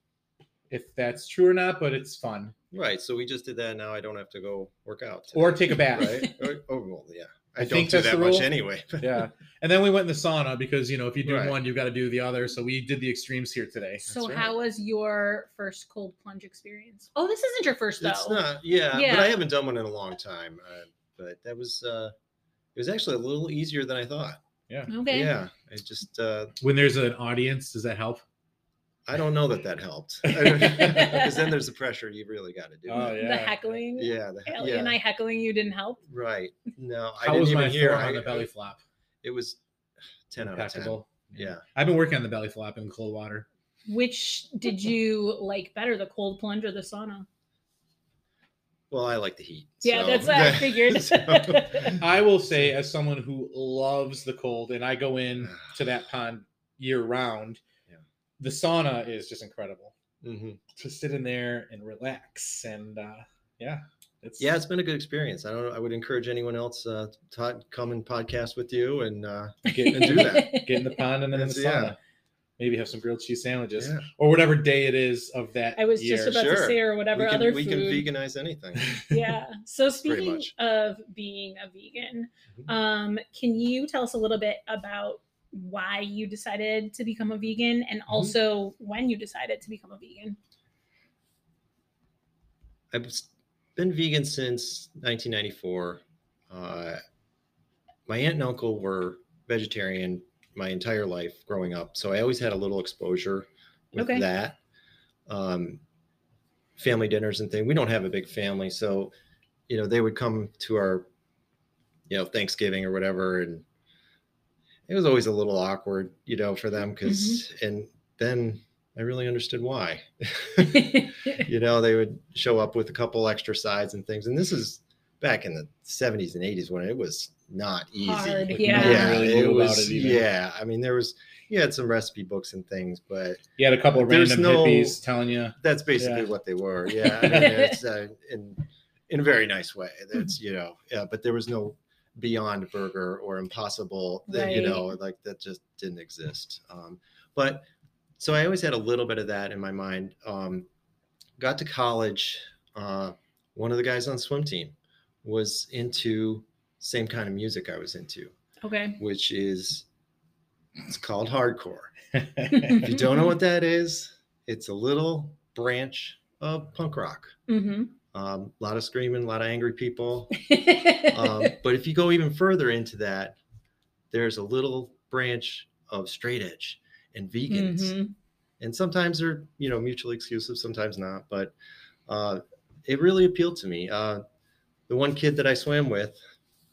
A: if that's true or not, but it's fun.
C: Right. So we just did that. Now I don't have to go work out. today,
A: Or take a bath.
C: right? Or- oh, well, yeah. I,
A: I
C: don't
A: think
C: do
A: that's
C: that
A: the
C: much
A: rule.
C: anyway.
A: [laughs]
C: [laughs]
A: Yeah. And then we went in the sauna because, you know, if you do
C: Right.
A: one, you got to do the other. So we did the extremes here today.
B: So
C: right.
B: how was your first cold plunge experience? Oh, this isn't your first though.
C: It's not. Yeah, But
B: Yeah.
C: I haven't done one in a long time. Uh, but that was, uh, it was actually a little easier than I thought.
B: Okay.
C: Yeah. I just, uh,
A: When there's an audience, does that help?
C: I don't know that that helped.
A: [laughs]
C: [laughs] Because then there's the pressure. You really got to do
A: Oh,
C: it.
B: The
A: Yeah.
B: heckling.
C: Yeah. The,
B: Allie
C: yeah.
B: and I heckling you didn't help.
C: right. No, I
A: How
C: didn't
A: was
C: even
A: my
C: hear.
A: form
C: I-
A: on the belly flop?
C: It was [sighs] 10 out of 10.
A: Impeccable.
C: Yeah.
A: I've been working on the belly flop in cold water.
B: Which did you like better, the cold plunge or the sauna?
C: Well, I like the heat.
B: Yeah,
C: so-
B: that's what
C: [laughs]
B: I figured. [laughs]
C: so-
A: I will say, as someone who loves the cold, and I go in to
C: [sighs]
A: that pond year round,
C: Yeah.
A: the sauna is just incredible
C: Mhm.
A: to sit in there and relax. And uh, yeah, it's
C: Yeah, it's been a good experience. I don't. I would encourage anyone else uh, to come and podcast with you, and uh,
A: get,
C: do [laughs] that.
A: get in the pond and then in the
C: That's-
A: sauna.
C: yeah.
A: Maybe have some grilled cheese sandwiches
C: yeah,
A: or whatever day it is of that.
B: [laughs] I was
A: year.
B: just about to
C: sure.
B: say or whatever
C: we can,
B: other
C: we
B: food.
C: can veganize anything.
B: Yeah.
C: [laughs]
B: So speaking
C: much.
B: of being a vegan,
C: Mhm.
B: um, can you tell us a little bit about why you decided to become a vegan and
C: Mm-hmm.
B: also when you decided to become a vegan? [laughs]
C: I've s- been vegan since 1994. Uh, my aunt and uncle were vegetarian my entire life growing up, so I always had a little exposure with
B: Okay.
C: that. Um, family dinners and thing. We don't have a big family, so you know they would come to our, you know, Thanksgiving or whatever, and it was always a little awkward, you know, for them because. And then I really understood why. [laughs] you know they would show up with a couple extra sides and things and this is back in the 70s and 80s when it was not easy.
B: Hard,
A: Like,
B: yeah.
A: nobody
C: Yeah,
A: really
C: it
A: knew about
C: was.
A: it even.
C: yeah, I mean, there was you had some recipe books and things, but
A: You had a couple of
C: There's
A: random
C: no-
A: hippies telling you.
C: that's basically
A: Yeah.
C: what they were. Yeah, I mean, it's, uh, in in a very nice way. That's you know, yeah, but there was no Beyond Burger or Impossible. That, You
B: Right.
C: know, like that just didn't exist. Um, but so I always had a little bit of that in my mind. Um, got to college. Uh, one of the guys on swim team was into same kind of music I was into,
B: Okay.
C: which is it's called hardcore.
A: yeah,
C: [laughs] If you don't know what that is, it's a little branch of punk rock.
B: hmm
C: Um, a lot of screaming, a lot of angry people.
B: [laughs]
C: Um, but if you go even further into that, there's a little branch of straight edge and vegans.
B: Mhm.
C: And sometimes they're, you know, mutually exclusive, sometimes not. But uh, it really appealed to me. Uh, the one kid that I swam with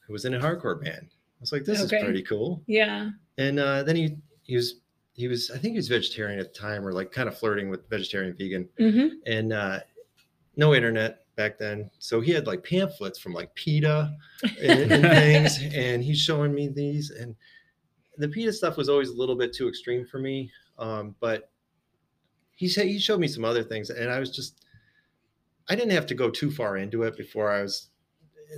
C: who was in a hardcore band, I was like, this
B: Okay.
C: is pretty cool
B: Yeah.
C: and uh, then he he was he was I think he was vegetarian at the time or like kind of flirting with vegetarian vegan
B: hmm
C: and uh, no internet back then so he had like pamphlets from like PETA and,
B: [laughs]
C: and things and he's showing me these and the PETA stuff was always a little bit too extreme for me um, but he said he showed me some other things and I was just I didn't have to go too far into it before I was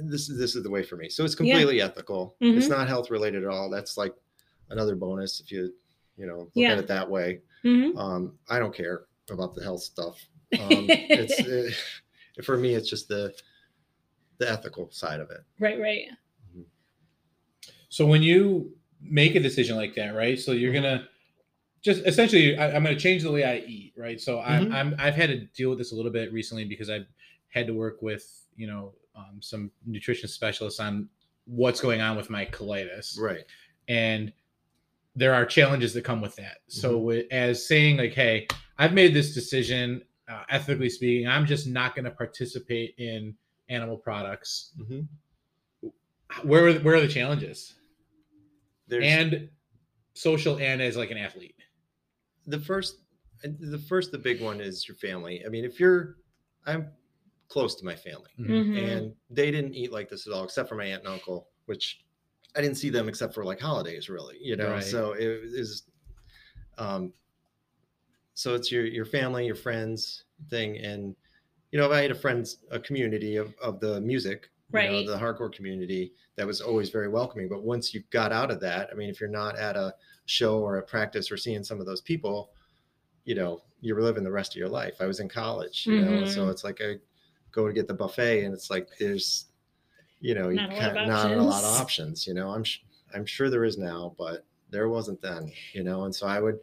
C: this is this is the way for me so it's
B: Yeah.
C: completely ethical
B: Mhm.
C: it's not health related at all that's like another bonus if you you know look
B: Yeah.
C: at it that way
B: hmm
C: um i don't care about the health stuff um it's it, [laughs] for me it's just the the ethical side of it
B: Right. Right.
A: So when you make a decision like that, right? So you're gonna just essentially, I, I'm gonna change the way I eat, right? So I'm,
C: Mhm.
A: I'm I've had to deal with this a little bit recently because I've had to work with you know um, some nutrition specialists on what's going on with my colitis,
C: right
A: and there are challenges that come with that. So wi- as saying like, hey, I've made this decision, uh, ethically speaking, I'm just not gonna participate in animal products.
C: Mhm.
A: Where are, where are the challenges?
C: there's
A: and social and as like an athlete.
C: the first eh, the first the big one is your family i mean if you're i'm close to my family
B: hmm
C: Mm-hmm. and they didn't eat like this at all except for my aunt and uncle which i didn't see them except for like holidays really you know
A: Right.
C: so it is um so it's your your family your friends thing and you know if i had a friends a community of, of the music you
B: Right.
C: know, the hardcore community that was always very welcoming but once you got out of that i mean if you're not at a show or a practice or seeing some of those people you know you're living the rest of your life i was in college you know so
B: Mhm.
C: it's like i go to get the buffet and it's like there's you know you
B: Not a lot
C: kind
B: of
C: not a lot
B: options. [laughs]
C: of options you know i'm sh- i'm sure there is now but there wasn't then you know and so i would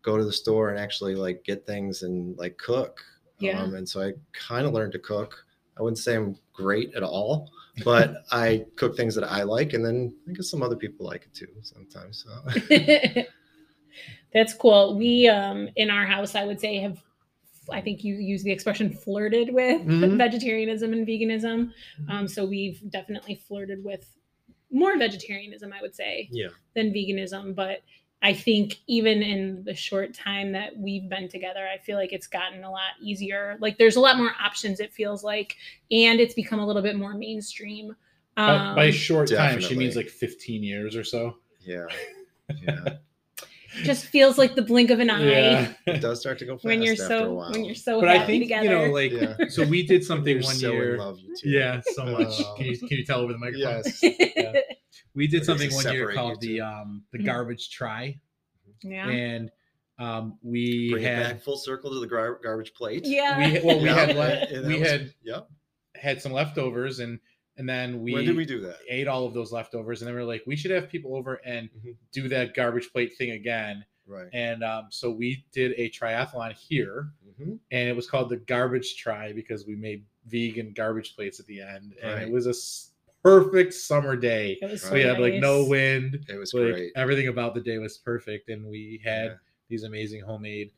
C: go to the store and actually like get things and like cook
B: Yeah.
C: um, and so i kind of learned to cook i wouldn't say i'm great at all
B: [laughs]
C: but i cook things that i like and then i guess some other people like it too sometimes so
B: [laughs] That's cool. We um in our house, I would say have I think you use the expression flirted with
A: Mm-hmm.
B: [laughs]
C: Mhm.
B: vegetarianism and veganism. Um, so we've definitely flirted with more vegetarianism, I would say,
C: yeah
B: than veganism. But I think even in the short time that we've been together, I feel like it's gotten a lot easier. Like there's a lot more options, it feels like, and it's become a little bit more mainstream.
A: By-
B: Um,
A: by short time, she
C: definitely.
A: means like 15 years or so. [laughs]
C: yeah yeah
B: just feels like the blink of an eye.
C: it does start to go fast
B: when you're
C: after a
B: so
C: while
B: when you're so
A: but
B: happy
A: I think
B: together.
A: you know, like,
C: Yeah.
A: so we
C: [laughs]
A: did
C: When
A: something
C: you're
A: one
C: so in
A: year.
C: love, you too.
A: Yeah,
C: [laughs]
A: so much.
C: Oh.
A: Can you, can you tell over the microphone? [laughs]
C: yes
A: Yeah. We
C: Or
A: did
C: does
A: something
C: it
A: one year
C: separate you
A: called the
C: two?
A: um the
B: Mhm.
A: garbage try,
B: yeah.
A: and um we
C: bring it
A: had
C: back full circle to the gar- garbage plate.
B: Yeah.
A: we well we
C: [laughs] Yeah.
A: had
C: Yeah,
A: le-
C: that
A: we
C: was-
A: had
C: Yep.
A: had some leftovers and and then we
C: when did we do that?
A: ate all of those leftovers and then we were like we should have people over and
C: Mhm.
A: do that garbage plate thing again
C: Right.
A: and um, so we did a triathlon here
C: hmm
A: and it was called the garbage try because we made vegan garbage plates at the end and
C: Right.
A: it was a s- perfect summer day
B: It was so
A: we had like no
B: nice. [laughs]
A: wind
C: It was
A: like
C: great.
A: everything about the day was perfect and we had
C: Yeah.
A: these amazing homemade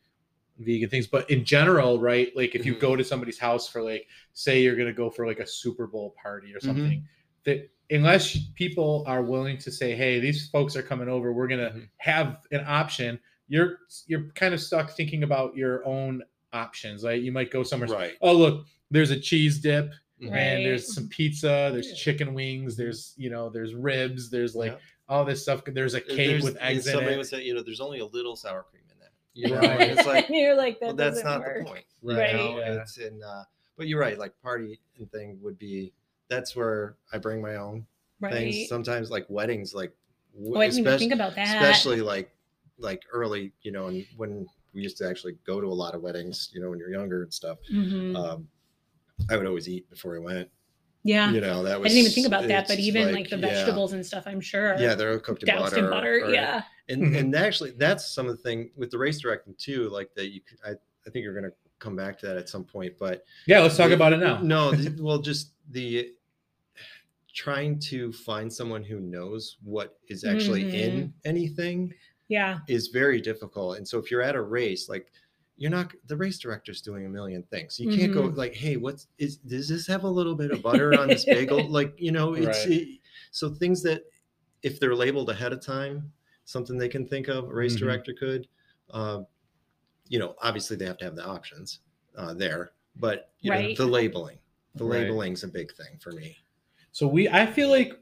A: vegan things but in general right like if you
C: Mhm.
A: go to somebody's house for like say you're gonna go for like a super bowl party or
C: Mhm.
A: something that unless people are willing to say hey these folks are coming over we're gonna
C: Mhm.
A: have an option you're you're kind of stuck thinking about your own options right you might go somewhere
C: Right.
A: oh look there's a cheese dip
C: Mhm.
A: and
B: Right.
A: there's some pizza, there's
C: Yeah.
A: chicken wings, there's you know, there's ribs, there's like
C: Yeah.
A: all this stuff. There's a cake
C: Mm-hmm. There's-
A: with
C: and
A: eggs in
C: Somebody
A: it.
C: would say, you know, there's only a little sour cream in that. You know,
A: Right.
C: and it's like,
B: And you're like, [laughs] that
C: well, that's
B: doesn't
C: not
B: work.
C: the point.
A: Right.
B: Right.
C: You know,
A: Yeah.
C: it's in, uh, but you're right. Like party and thing would be, that's where I bring my own
B: Right.
C: things. Sometimes like weddings, like w-
B: Oh, I didn't even
C: espec-
B: think about that.
C: especially like, like early, you know, and when we used to actually go to a lot of weddings, you know, when you're younger and stuff,
B: Mhm.
C: um, I would always eat before I went,
B: yeah.
C: you know, that
B: I
C: was,
B: didn't even think about that,
C: it's
B: but even like, the
C: yeah.
B: vegetables and stuff, I'm sure.
C: Yeah. they're cooked
B: Doused in butter.
C: or-
B: yeah.
C: and
A: Mhm.
C: and actually that's some of the thing with the race directing too like that you could, i i think you're going to come back to that at some point but
A: Yeah, let's talk
C: the-
A: about it now.
C: no the- well just the trying to find someone who knows what is actually
B: Mm-hmm.
C: in anything
B: Yeah.
C: is very difficult and so if you're at a race like you're not the race director's doing a million things you can't
A: Mm-hmm.
C: go like hey what's is does this have a
A: [laughs]
C: little bit of butter on this bagel like you know it's
A: Right.
C: it- so things that if they're labeled ahead of time something they can think of a race
A: Mhm.
C: director could um, you know obviously they have to have the options uh, there but you
B: Right.
C: know the labeling the
A: Right.
C: labeling's a big thing for me
A: So we, I feel like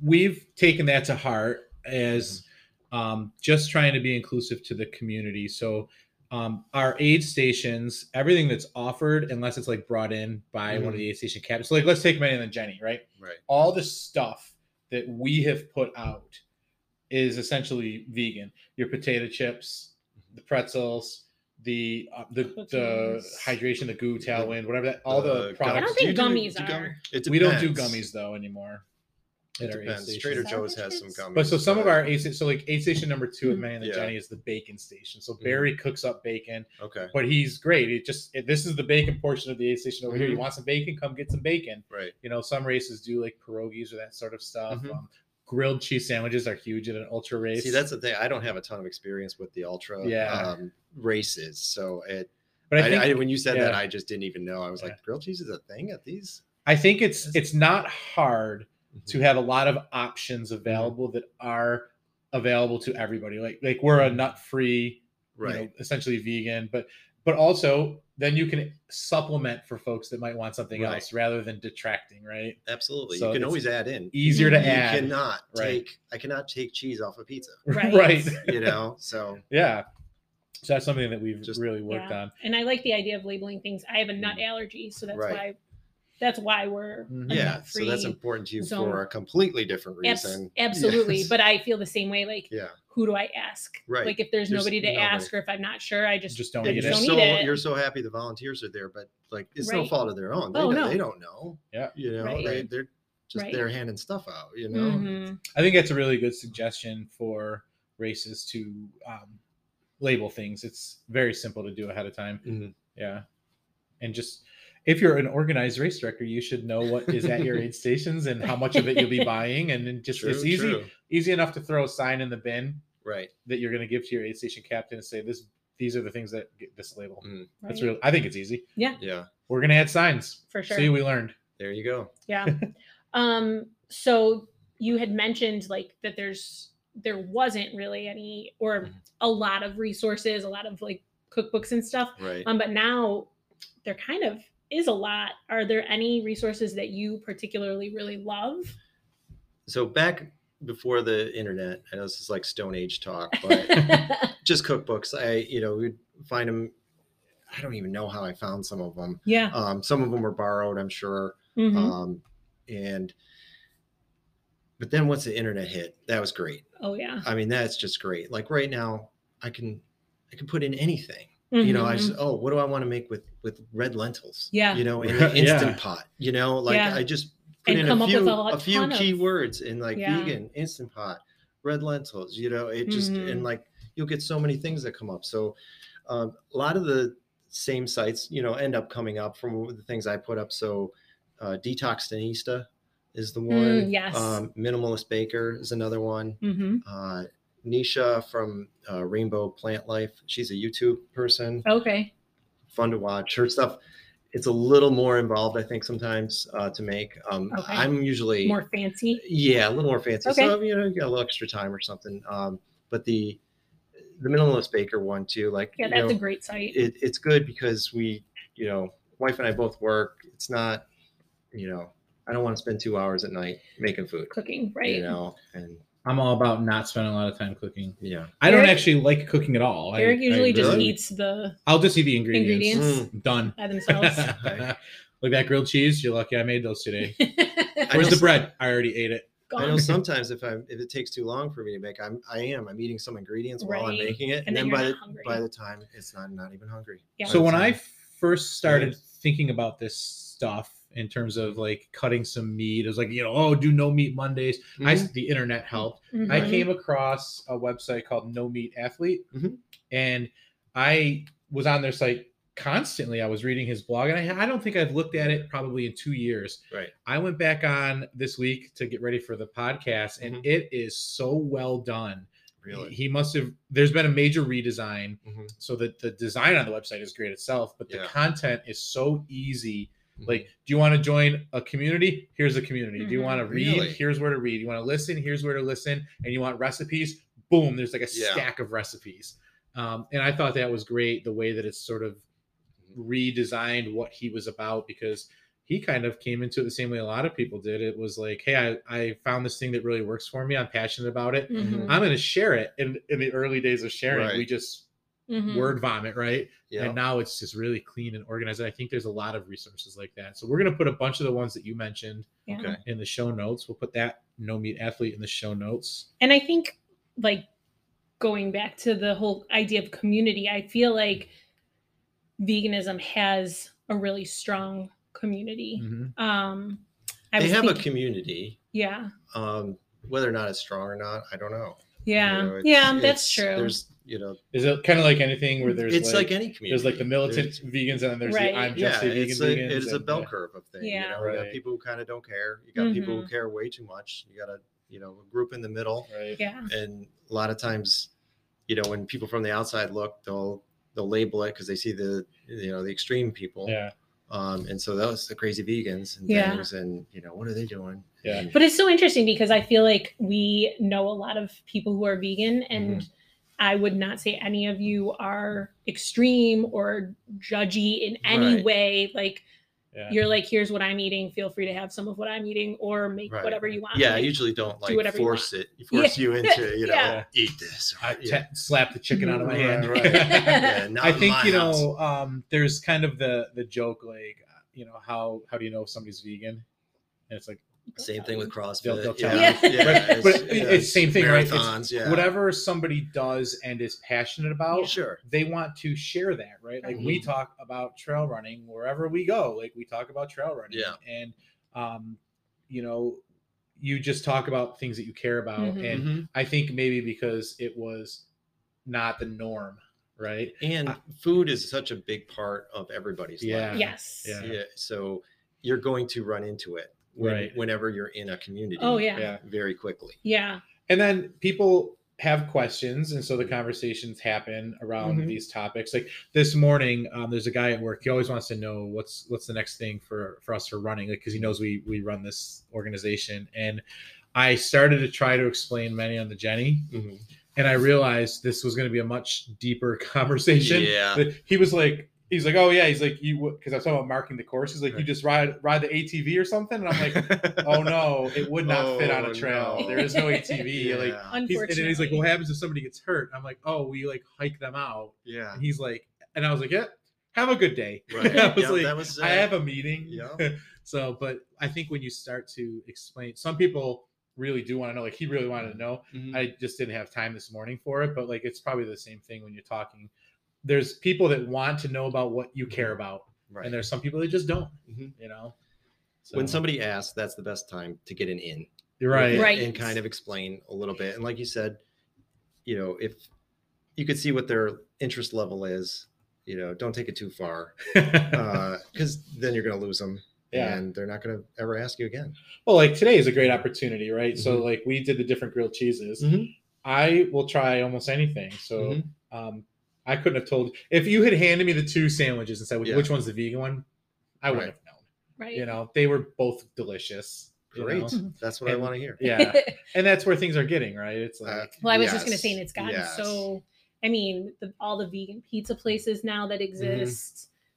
A: we've taken that to heart as um, just trying to be inclusive to the community. So um, our aid stations, everything that's offered, unless it's like brought in by one of the aid station captains. So like, let's take Manny and Jenny, right?
C: right
A: All the stuff that we have put out is essentially vegan. Your potato chips, the pretzels. The uh, [laughs] the, the
B: Cookies.
A: hydration, the goo, tailwind, whatever that, all the,
C: gummies.
A: products.
B: I don't
C: Do you
B: think
C: do-
B: gummies
C: do gum-
B: are.
C: It
A: We don't do
C: depends.
A: gummies though anymore.
C: It
A: at our aid
C: depends.
A: stations.
C: Trader
B: Is that
C: Joe's
B: what
C: has
B: it
C: some
B: is?
C: gummies.
A: But so some of
C: but-
A: our aid stations, so like aid station number two at
B: Mm.
A: Man and the
C: Hmm. Yeah.
A: Johnny is the bacon station. So
C: Mhm.
A: Barry cooks up bacon,
C: okay,
A: but he's great. It just it, this is the bacon portion of the aid station over here. You
C: Mhm.
A: want some bacon? Come get some bacon.
C: right,
A: You know, some races do like pierogies or that sort of stuff.
C: Mhm.
A: Um, grilled cheese sandwiches are huge at an ultra race.
C: See, that's the thing. I don't have a ton of experience with the ultra
A: Yeah.
C: um, races, so it.
A: but
C: I,
A: I think
C: I, when you said that,
A: yeah.
C: I just didn't even know. I was
A: Yeah.
C: like, grilled cheese is a thing at these.
A: I think it's it's not hard
C: Mm-hmm. Hmm.
A: to have a lot of options available that are available to everybody. Like like we're a nut free right.
C: right,
A: essentially vegan, but but also then you can supplement for folks that might want something
C: Right.
A: else rather than detracting, right?
C: absolutely.
A: So
C: you can
A: it's
C: always add in.
A: Easier to
B: You
C: you
A: add. [laughs]
C: cannot
A: right.
C: take. I cannot take cheese off a [laughs] pizza.
B: [laughs] Right.
C: You know, so
A: Yeah. So that's something that we've
C: Just-
A: really worked
B: Yeah.
A: on.
B: And I like the idea of labeling things. I have a nut allergy, so that's
C: Mm-hmm. Right. Mm-hmm.
B: why that's why we're
A: Mhm.
B: a
C: yeah, so
B: nut-free
C: that's important to you
B: zone.
C: for a completely different
B: Abs-
C: reason. [laughs]
B: absolutely.
C: Yes.
B: But I feel the same way. Like,
C: yeah,
B: who do I ask?
C: Right.
B: Like, if there's,
C: There's
B: nobody to
C: nobody.
B: ask, or if I'm not sure, I just,
A: Just don't
C: and
A: eat
C: you're
A: it.
B: don't
C: so
B: eat it.
C: you're so happy the volunteers are there, but like it's no
B: Right.
C: fault of their own. They,
B: Oh,
C: don't,
B: no.
C: they don't know.
A: Yeah.
C: you know,
B: Right.
C: they, they're just
B: Right.
C: they're handing stuff out. You know,
B: Mhm.
A: I think that's a really good suggestion for races to um, label things. It's very simple to do ahead of time.
C: Mhm.
A: Yeah. And just if you're an organized race director, you should know what is at your aid stations and how much of it you'll
B: [laughs]
A: be buying. And then just it's easy easy enough to throw a sign in the bin
C: Right.
A: that you're going to give to your aid station captain and say this these are the things that get this label
C: Mm,
A: that's
B: Right.
C: [laughs]
A: real i think it's easy
C: yeah.
A: we're going to add signs
B: for sure.
A: see we learned
C: There you go.
B: Yeah. um, so you had mentioned like that there's there wasn't really any or
C: Mhm.
B: a lot of resources, a lot of like cookbooks and stuff.
C: Right.
B: Um, but now there kind of is a lot. Are there any resources that you particularly really love?
C: [laughs] so back before the internet, I know this is like Stone
B: [laughs]
C: Age talk, but just cookbooks. I, you know, we'd find them. I don't even know how I found some of them.
B: [laughs] yeah.
C: Um, some of them were borrowed, I'm sure.
B: Mhm.
C: Um, and but then once the internet hit, that was great.
B: oh yeah.
C: I mean, that's just great. Like right now, I can I can put in anything. You know, I
B: Mhm.
C: just oh, what do I want to make with with red lentils?
B: Yeah.
C: You know, in the
A: Yeah.
C: instant pot. You know, like
B: Yeah.
C: I just put
B: And
C: in
B: come
C: a
B: up with
C: few
B: a lot-
C: a few
B: ton of-
C: keywords in like
B: Yeah.
C: vegan instant pot, red lentils. You know, it just
B: Mhm.
C: and like you'll get so many things that come up. So um, a lot of the same sites, you know, end up coming up from the things I put up. So uh, detox Danista is the one.
B: Mm, yes.
C: Um, Minimalist Baker is another one
B: Mhm.
C: uh, Nisha from uh, Rainbow Plant Life. She's a YouTube person,
B: Okay.
C: fun to watch. Her stuff, it's a little more involved, I think, sometimes uh, to make. Um,
B: Okay.
C: I'm usually
B: More fancy.
C: yeah, a little more fancy.
B: Okay.
C: So you know, you got a little extra time or something. Um, but the the minimalist baker one too, like
B: Yeah,
C: you
B: that's
C: know,
B: a great site.
C: it, it's good because we, you know, wife and I both work. It's not you know, I don't want to spend two hours at night making food,
B: cooking, right?
C: you know, and
A: I'm all about not spending a lot of time cooking.
C: yeah.
A: I don't
B: Eric-
A: actually like cooking at all. I-
B: Eric
A: I
B: usually just
A: really-
B: eats the
A: I'll just eat the ingredients. Mm,
B: Ingredients. [laughs]
A: Done.
B: by
C: [laughs]
B: themselves.
A: [laughs] like that grilled cheese. You're lucky I made those
B: [laughs]
A: today. Where's
C: just-
A: the bread? I already ate it. [laughs]
C: I
B: Gone.
C: know sometimes if I if it takes too long for me to make, I'm I am I'm eating some ingredients while I'm
B: Right.
C: making it,
B: And then you're
C: by
B: not
C: the
B: hungry.
C: by the time it's not I'm not even hungry.
B: Yeah.
A: So when I
C: I
A: first started thinking about this stuff in terms of like cutting some meat, it was like you know, oh, do no meat Mondays. I the internet helped.
B: Mhm.
C: Mm-hmm.
A: I came across a website called No Meat Athlete,
C: Mhm.
A: and I was on their site constantly. I was reading his blog, and I, I don't think I've looked at it probably in two years.
C: Right.
A: I went back on this week to get ready for the podcast, and
C: Mhm.
A: it is so well done. [laughs]
C: really
A: He must have. There's been a major redesign,
C: Mhm.
A: so that the design on the website is great itself, but the
C: Yeah.
A: content is so easy like,
C: Mm-hmm.
A: do you want to join a community? Here's a community. Do you
B: Mhm.
A: want to read?
C: Really?
A: Here's where to read. You want to listen? Here's where to listen. And you want recipes? Boom, there's like a
C: Yeah.
A: stack of recipes. Um, and I thought that was great the way that it's sort of redesigned what he was about because he kind of came into it the same way a lot of people did. It was like, hey, I, I found this thing that really works for me. I'm passionate about it.
B: Mhm.
A: I'm going to share it. And in the early days of sharing,
C: Right.
A: we just
B: Mhm.
A: word vomit, right?
C: yeah.
A: and now it's just really clean and organized. And I think there's a lot of resources like that. So we're gonna put a bunch of the ones that you mentioned
B: Yeah.
C: Okay.
A: in the show notes. We'll put that no meat athlete in the show notes.
B: and i think like going back to the whole idea of community i feel like veganism has a really strong community
C: Mm-hmm.
A: Mhm.
B: um i
C: Mm. they
B: was
C: have a
B: thinking-
C: community.
B: yeah
C: Um, whether or not it's strong or not, I don't know. You
B: yeah
C: know, it's-
B: yeah that's
C: it's-
B: true
C: There's you know,
A: Is it kind of like anything where there's
C: it's
A: like,
C: like, any community.
A: there's like the militant
C: There's-
A: vegans and then there's
B: Right.
A: the I'm
C: yeah,
A: just a vegan
C: it's a,
A: vegans
C: it's a
A: and-
C: bell
A: yeah.
C: curve of thing.
B: Yeah. Mm-hmm.
C: You know, you
A: Right.
C: got people who kind of don't care. You got people who care way too much. You got a you know a group in the middle,
A: Right.
B: yeah
C: and a lot of times, you know, when people from the outside look, they'll they'll label it because they see the you know the extreme people.
A: Yeah.
C: Um, and so those the crazy vegans and
B: Yeah.
C: things, and you know what are they doing?
A: Yeah.
C: And-
B: but it's so interesting because i feel like we know a lot of people who are vegan and i would not say any of you are extreme or judgy in any
C: Right.
B: way like
A: Yeah.
B: you're like here's what i'm eating feel free to have some of what i'm eating or make
C: Right.
B: whatever you want
C: yeah, I
B: Like,
C: usually don't like
B: whatever you
C: force it,
B: [laughs]
C: force you into you know
B: Yeah.
C: eat this. Or,
A: I
C: yeah.
A: te- slap the chicken out of my
C: Right,
A: hand. [laughs]
B: [laughs]
C: right. Yeah, not
A: I
C: in
A: think
C: my
A: you
C: house.
A: know um, there's kind of the the joke like you know how how do you know if somebody's vegan? And it's like
C: Same thing with CrossFit.
A: They'll- they'll tell
C: yeah.
B: you.
C: yeah,
A: But- but it's same thing, right? It's
C: Marathons, yeah.
A: whatever somebody does and is passionate about,
C: Sure.
A: they want to share that, right? Like we
C: Mhm.
A: talk about trail running wherever we go, like we talk about trail running,
C: Yeah.
A: and um, you know, you just talk about things that you care about,
C: Mm-hmm.
B: Mhm.
A: and I think maybe because it was not the norm, right?
C: And food is such a big part of everybody's
A: Yeah.
C: life.
B: yes
A: Yeah.
C: Yeah. So you're going to run into it when,
A: Right.
C: whenever you're in a community.
B: oh yeah yeah,
C: Very quickly.
A: and then people have questions and so the conversations happen around
B: Mhm.
A: these topics like this morning um, there's a guy at work he always wants to know what's what's the next thing for for us for running because he knows we we run this organization and i started to try to explain many on the jenny and i realized this was going to be a much deeper [laughs] conversation
C: Yeah.
A: But he was like he's like oh yeah he's like you because i was talking about marking the course he's like you
C: Right.
A: just ride ride the atv or something and i'm like oh no it would
C: [laughs]
A: not fit on a
C: Oh,
A: trail
C: no.
A: there is no atv
C: [laughs] Yeah.
A: like He's, and
B: unfortunately
A: then he's like, "What happens if somebody gets hurt?" I'm like, "Oh, we like hike them out." [laughs]
C: yeah.
A: And he's like, and I was like, "Yeah, have a good day."
C: Right.
A: I was
C: Yeah,
A: like,
C: that was,
A: "I
C: uh,
A: have a meeting." [laughs]
C: yeah.
A: so, but I think when you start to explain, some people really do want to know. Like he really wanted to know.
C: Mhm.
A: I just didn't have time this morning for it, but like it's probably the same thing when you're talking. There's people that want to know about what you care about,
C: Mm-hmm. right.
A: and there's some people that just don't.
C: Mhm.
A: You know,
C: when
A: So-
C: somebody asks, that's the best time to get an in.
A: You're
C: with
A: right,
C: it
B: Right.
C: and kind of explain a little bit and like you said you know if you could see what their interest level is you know don't take it too
A: [laughs]
C: far Uh, because then you're going to lose them
A: Yeah.
C: and they're not going to ever ask you again
A: Well, like today is a great opportunity, right? So like we did the different grilled cheeses.
C: Mhm.
A: I will try almost anything. So
C: Mhm.
A: um I couldn't have told if you had handed me the two sandwiches and said
C: Yeah.
A: which one's the vegan one, I wouldn't
C: Right.
A: have known.
B: right
A: You know, they were both delicious. you
C: great
A: [laughs] know?
B: Mm-hmm.
C: that's what
A: And-
C: i want to hear
B: [laughs]
A: Yeah. and that's where things are getting, right? It's like
C: Uh,
B: well i was just gonna
C: Yes,
B: say and it's gotten
C: yes.
B: so i mean the, all the vegan pizza places now that exist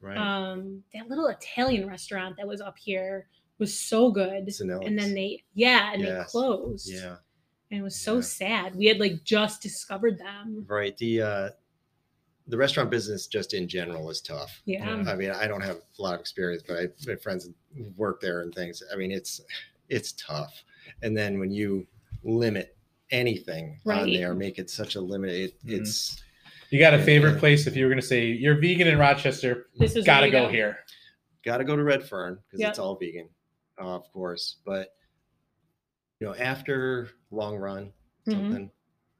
C: right
B: Uh, um that little italian restaurant that was up here was so good.
C: Sinelli's.
B: And then they, yeah, and they
C: Yes.
B: closed.
C: yeah,
B: And it was so
C: Yeah.
B: sad. We had like just discovered them.
C: right. The uh, the restaurant business just in general is tough.
B: Yeah.
A: Yeah.
C: I mean, I don't have a lot of experience, but I have friends who work there and things. I mean, it's it's tough. And then when you limit anything on
B: Right.
C: there, make it such a limit, it,
A: Mhm.
C: it's
A: You got a
C: Yeah.
A: favorite place if you were going to say you're vegan in Rochester,
B: This is
A: gotta
B: way
A: go
B: down.
A: here.
C: got to go to Red Fern because
B: Yep.
C: it's all vegan, uh, of course. But you know, after long run,
B: Mhm.
C: something,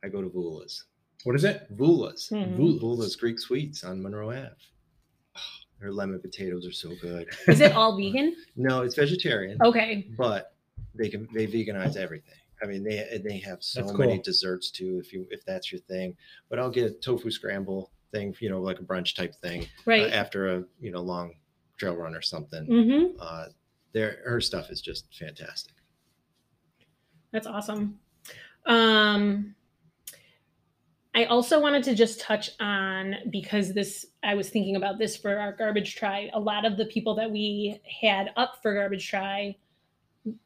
C: I go to Vula's.
A: What is it?
C: Vula's,
B: Mhm.
C: Vula's Greek Sweets on Monroe Ave. [sighs] Their lemon potatoes are so good.
B: Is it all vegan?
C: No, it's vegetarian.
B: Okay.
C: but they can they veganize everything. I mean, they and they have so
A: That's
C: many
A: cool.
C: desserts too, if you if that's your thing. But I'll get a tofu scramble thing, you know, like a brunch type thing uh,
B: Right.
C: after a you know long trail run or something.
B: mm-hmm.
C: Uh, their her stuff is just fantastic.
B: That's awesome. Um, I also wanted to just touch on because this, I was thinking about this for our garbage try. A lot of the people that we had up for garbage try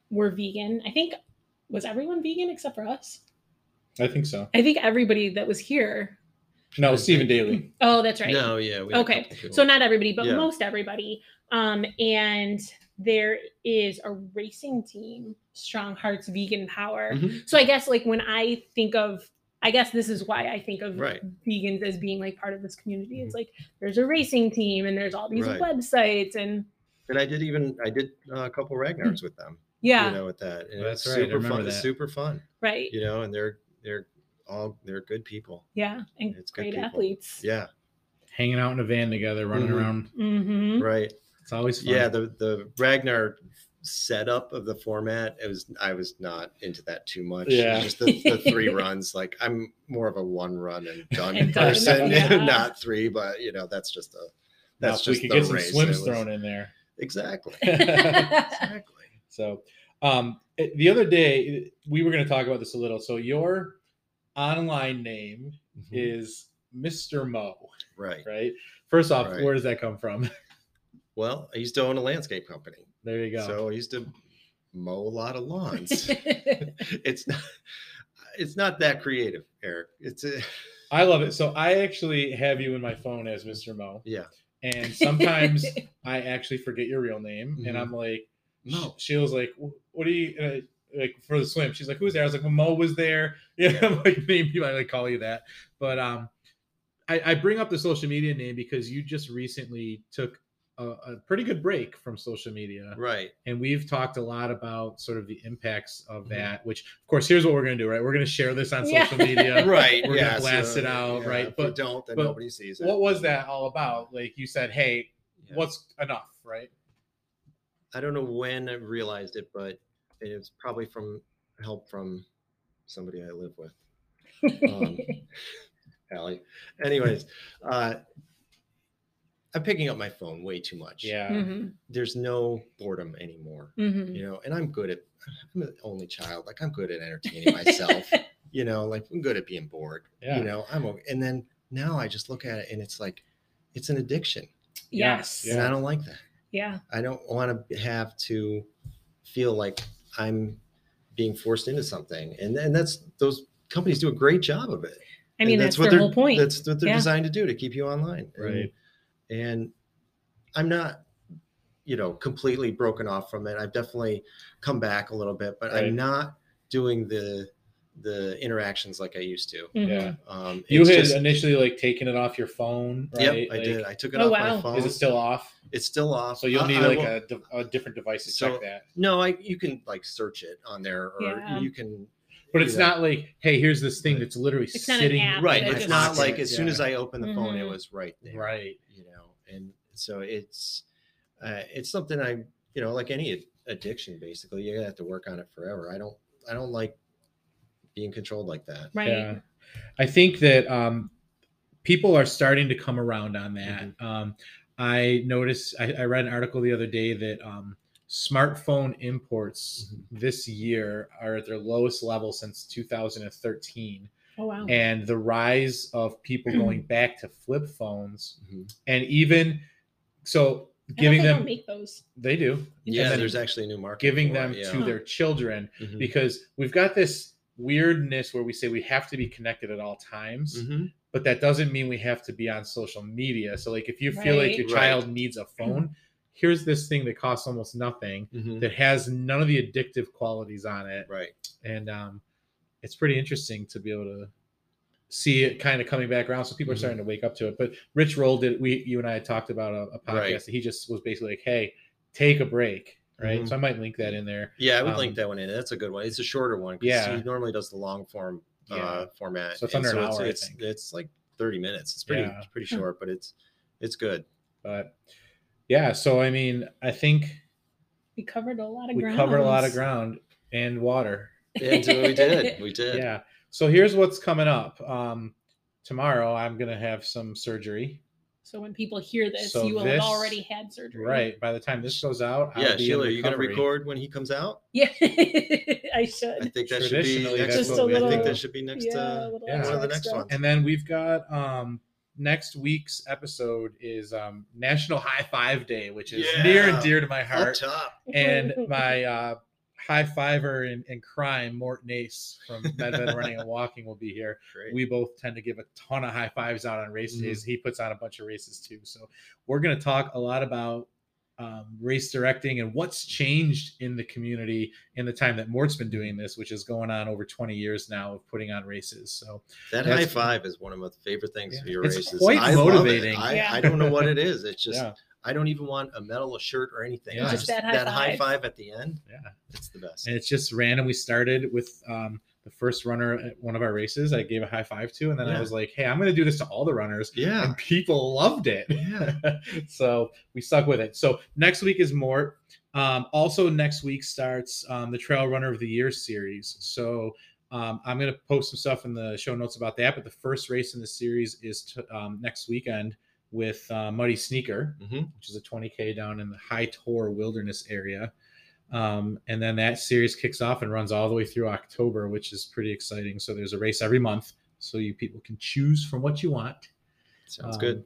B: were vegan. I think, was everyone vegan except for us?
A: I think so.
B: I think everybody that was here.
A: No, Stephen Daily.
B: Oh, that's right.
C: No, yeah. We had a
B: Okay.
C: couple
B: So
C: people.
B: not everybody, but
C: Yeah.
B: most everybody. Um, and there is a racing team, Strong Hearts Vegan Power.
C: Mhm.
B: So I guess like when I think of I guess this is why I think of
C: Right. Mm-hmm.
B: vegans as being like part of this community. It's like there's a racing team and there's all these
C: Right.
B: websites and
C: and I did even I did uh, a couple Ragnars with them.
B: Hmm. yeah,
C: You know, with that. And
A: That's
C: it's
A: right, I
C: super
A: remember
C: fun. It's
A: that.
C: super fun.
B: right.
C: You know, and they're they're all they're good people.
B: Yeah. And
C: It's good
B: great
C: people.
B: athletes.
C: Yeah.
A: Hanging out in a van together, running
C: Mhm.
A: around.
B: Mm-hmm.
C: Right.
A: It's always fun.
C: yeah the the ragnar setup of the format it was i was not into that too much
A: Yeah.
C: just the, the
A: [laughs]
C: three runs like i'm more of a one run and done
B: And done,
C: person
B: yeah.
C: [laughs] not three but you know that's just a
A: Now, if
C: that's
A: we
C: just
A: could
C: the
A: get some
C: race.
A: swims
C: It was-
A: thrown in there. [laughs]
C: exactly
B: [laughs]
C: [laughs] exactly
A: So, um, it- the other day we were going to talk about this a little. So your online name
C: Mhm.
A: is Mr. Mo,
C: right
A: right? First off,
C: Right.
A: where does that come from? [laughs]
C: well i used to own a landscape company
A: There you go.
C: so i used to mow a lot of
A: [laughs]
C: lawns [laughs] it's not it's not that creative eric it's a, [laughs]
A: I love it. So I actually have you in my phone as Mr. Mo,
C: yeah
A: and sometimes I actually forget your real name, and
C: Mhm.
A: I'm like,
C: no
A: She was like, "Wh- "What do you?" And I, like for the swim, she's like, "Who's there?" I was like, "Well, Mo was there." [laughs] Yeah, I'm like maybe I like call you that, but um, I, I bring up the social media name because you just recently took a, a pretty good break from social media,
C: right
A: and we've talked a lot about sort of the impacts of that. Which, of course, here's what we're gonna do, right? We're gonna share this on
B: Yeah.
A: social
C: [laughs]
A: media.
C: right
A: [laughs] We're gonna
C: yeah,
A: blast it out, right?
C: if
A: But-
C: you don't then
A: but
C: nobody sees it
A: What was that all about? Like you said, "Hey,
C: Yeah.
A: what's enough?" Right?
C: I don't know when I realized it, but it was probably from help from somebody I live with,
A: [laughs]
C: um, Allie. Anyways, uh, I'm picking up my phone way too much.
A: Yeah.
B: Mhm,
C: There's no boredom anymore,
B: mhm.
A: Mm.
C: you know, and I'm good at, I'm an only child. Like, I'm good at
A: [laughs]
C: entertaining myself, you know, like, I'm good at being bored,
A: Yeah.
C: you know, I'm, o- and then now I just look at it and it's like, it's an addiction.
B: Yes.
A: Yeah.
C: And I don't like that.
B: Yeah.
C: I don't want to have to feel like I'm being forced into something. And and that's those companies do a great job of it.
B: I mean
C: And
B: that's,
C: what
B: their
C: they're-
B: whole point.
C: That's what they're
B: Yeah.
C: designed to do to keep you online. And-
A: Right.
C: And, I'm not, you know, completely broken off from it. I've definitely come back a little bit, but
A: Right.
C: I'm not doing the the interactions like I used to.
B: Mhm.
A: Yeah.
C: Um,
A: You
C: it's
A: had
C: just-
A: initially like taken it off your phone, right?
C: Yep, I
A: Like,
C: did. I took it
B: Oh,
C: off
B: wow.
C: my phone.
A: Is it still off?
C: It's still off.
A: So you'll
C: I-
A: need
C: I
A: like
C: will-
A: a, de- a different device to
C: So-
A: check that.
C: No, I you can like search it on there, or
B: Yeah.
C: you can.
A: But it's
C: you know.
A: not like, hey, here's this thing
C: Right.
A: that's literally
B: It's not an
A: sitting
B: app
C: right.
B: that
C: It's
B: just
C: not
B: sits
C: like as soon as
A: Yeah.
C: I opened the phone, it
B: Mhm.
C: was right there.
A: right.
C: You know, and so it's uh, it's something I you know like any addiction. Basically, you have to work on it forever. I don't I don't like being controlled like that.
B: Right.
A: Yeah. I think that um, people are starting to come around on that.
C: Mm-hmm.
A: Um, I noticed, I, I read an article the other day that um, smartphone imports
C: Mm-hmm.
A: this year are at their lowest level since 2013.
B: Oh wow.
A: And the
B: Hmm.
C: Mm-hmm.
A: rise of people going back to flip phones
C: Mhm.
A: and even so
B: I
A: giving them-
B: don't think they don't make those.
A: They do.
C: Yeah,
A: then
C: there's actually a new market.
A: Giving
C: for
A: them
C: it, yeah.
A: to their children
C: Mhm.
A: because we've got this weirdness where we say we have to be connected at all times,
C: Mhm.
A: but that doesn't mean we have to be on social media. So, like, if you feel like
B: Right. Mm-hmm.
A: your
C: Right.
A: child needs a phone, here's this thing that costs almost nothing
C: Mhm.
A: that has none of the addictive qualities on it.
C: Right.
A: and um, it's pretty interesting to be able to see it kind of coming back around. So people are
C: Mhm.
A: starting to wake up to it. But Rich Roll did we you and I had talked about a, a podcast
C: Right.
A: that he just was basically like, "Hey, take a break." Right.
C: Mhm.
A: So I might link that in there.
C: Yeah, I would
A: Um,
C: link that one in. That's a good one. It's a shorter one. 'cause
A: Yeah.
C: He normally does the long form
A: Yeah.
C: uh, format.
A: So it's
C: and
A: under an
C: it's,
A: hour, I
C: It's,
A: think.
C: it's like 30 minutes. It's pretty
A: Yeah.
C: it's pretty short, but it's
A: [laughs]
C: it's good.
A: But yeah, so I mean, I think
B: We covered a lot of
A: we
B: ground.
A: covered a lot of ground and water.
C: And so we did. We
A: Yeah.
C: did.
A: So here's what's coming up. Um, tomorrow I'm gonna have some surgery.
B: So when people hear this,
A: So
B: you will
A: this-
B: have already had surgery.
A: Right. By the time this goes out, I'll
C: Yeah,
A: be in
C: Sheila, are you gonna
A: recovery.
C: record when he comes out?
B: [laughs] Yeah. I
C: I
B: should.
C: think that should be
A: Traditionally,
C: next.
A: that's
B: Just
A: what
B: a
C: I
A: we
B: little.
C: think that should be next.
B: yeah, a
C: uh,
B: little
A: yeah.
C: one of the
B: extra
C: next
B: extra.
C: ones.
A: And then we've got um next week's episode is um National High Five Day, which is
C: Yeah.
A: near and dear to my
C: Up
A: heart.
C: top.
B: [laughs]
A: And
C: [laughs]
A: my uh high fiver in, in crime, Morton Ace from MedVed Running and Walking will be here.
C: Great.
A: We both tend to give a ton of high fives out on race
C: Mhm.
A: days. He puts on a bunch of races too. So we're gonna talk a lot about um, race directing and what's changed in the community in the time that Mort's been doing this, which is going on over 20 years now of putting on races. So
C: That
A: That's-
C: high five is one of my favorite things
A: Yeah.
C: for your
A: It's
C: races.
A: quite
C: I love it.
A: motivating.
C: I,
B: Yeah.
C: I don't know what it is. It's just
A: yeah.
C: I don't even want a medal, a shirt, or anything.
A: Yeah.
C: I
A: Just
C: just that,
B: that high
C: high, five.
B: five.
C: at the end.
A: Yeah.
C: it's the best.
A: And it's just random. We started with um, the first runner at one of our races. I gave a high five to, and then I
C: Yeah.
A: was like, "Hey, I'm going to do this to all the runners," [laughs]
C: yeah,
A: and people loved it. [laughs]
C: yeah.
A: so we stuck with it. So next week is Mort. Um, also, next week starts um, the Trail Runner of the Year series. So um, I'm going to post some stuff in the show notes about that. But the first race in the series is t- um, next weekend with uh, Muddy Sneaker
C: hmm
A: which is a 20k down in the High Tor Wilderness area. Um, and then that series kicks off and runs all the way through October, which is pretty exciting. So there's a race every month, so you people can choose from what you want.
C: Sounds
A: Um,
C: good.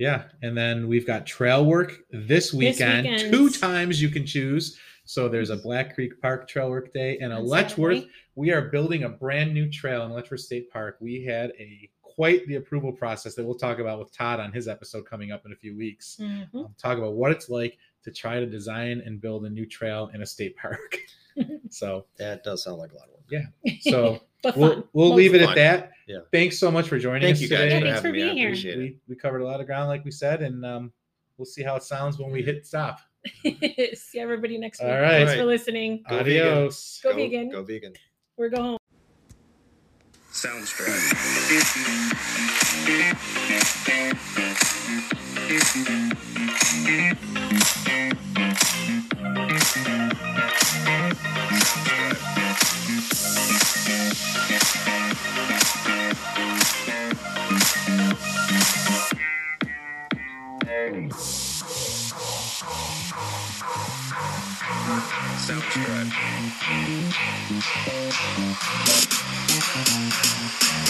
A: Yeah, and then we've got trail work this weekend.
B: weekend.
A: Two times you can choose. So there's a Black Creek Park trail work day and a
B: On
A: Letchworth
B: Saturday.
A: we are building a brand new trail in Letchworth State Park. We had a quite the approval process that we'll talk about with Todd on his episode coming up in a few weeks.
B: Mhm.
A: Um, talk about what it's like to try to design and build a new trail in a state park. [laughs] so,
C: That does sound like a lot of work.
B: [laughs]
A: so
B: Mm-hmm. but fun.
A: we'll we'll
B: Most-
A: leave it at
C: fun.
A: that.
C: Yeah.
A: Thanks so much for joining
C: Thank
A: us
C: you guys
A: today.
B: Yeah, thanks
C: for having
B: for
C: me.
B: being
C: I
B: here.
C: appreciate it.
A: we, we covered a lot of ground, like we said, and um, we'll see how it sounds when we hit stop.
B: [laughs] See everybody next week.
A: All right.
B: Thanks for listening.
C: Go vegan.
A: Adios.
B: Go vegan.
C: Go vegan.
B: We're going. home.
D: Soundstripe. Soundstripe.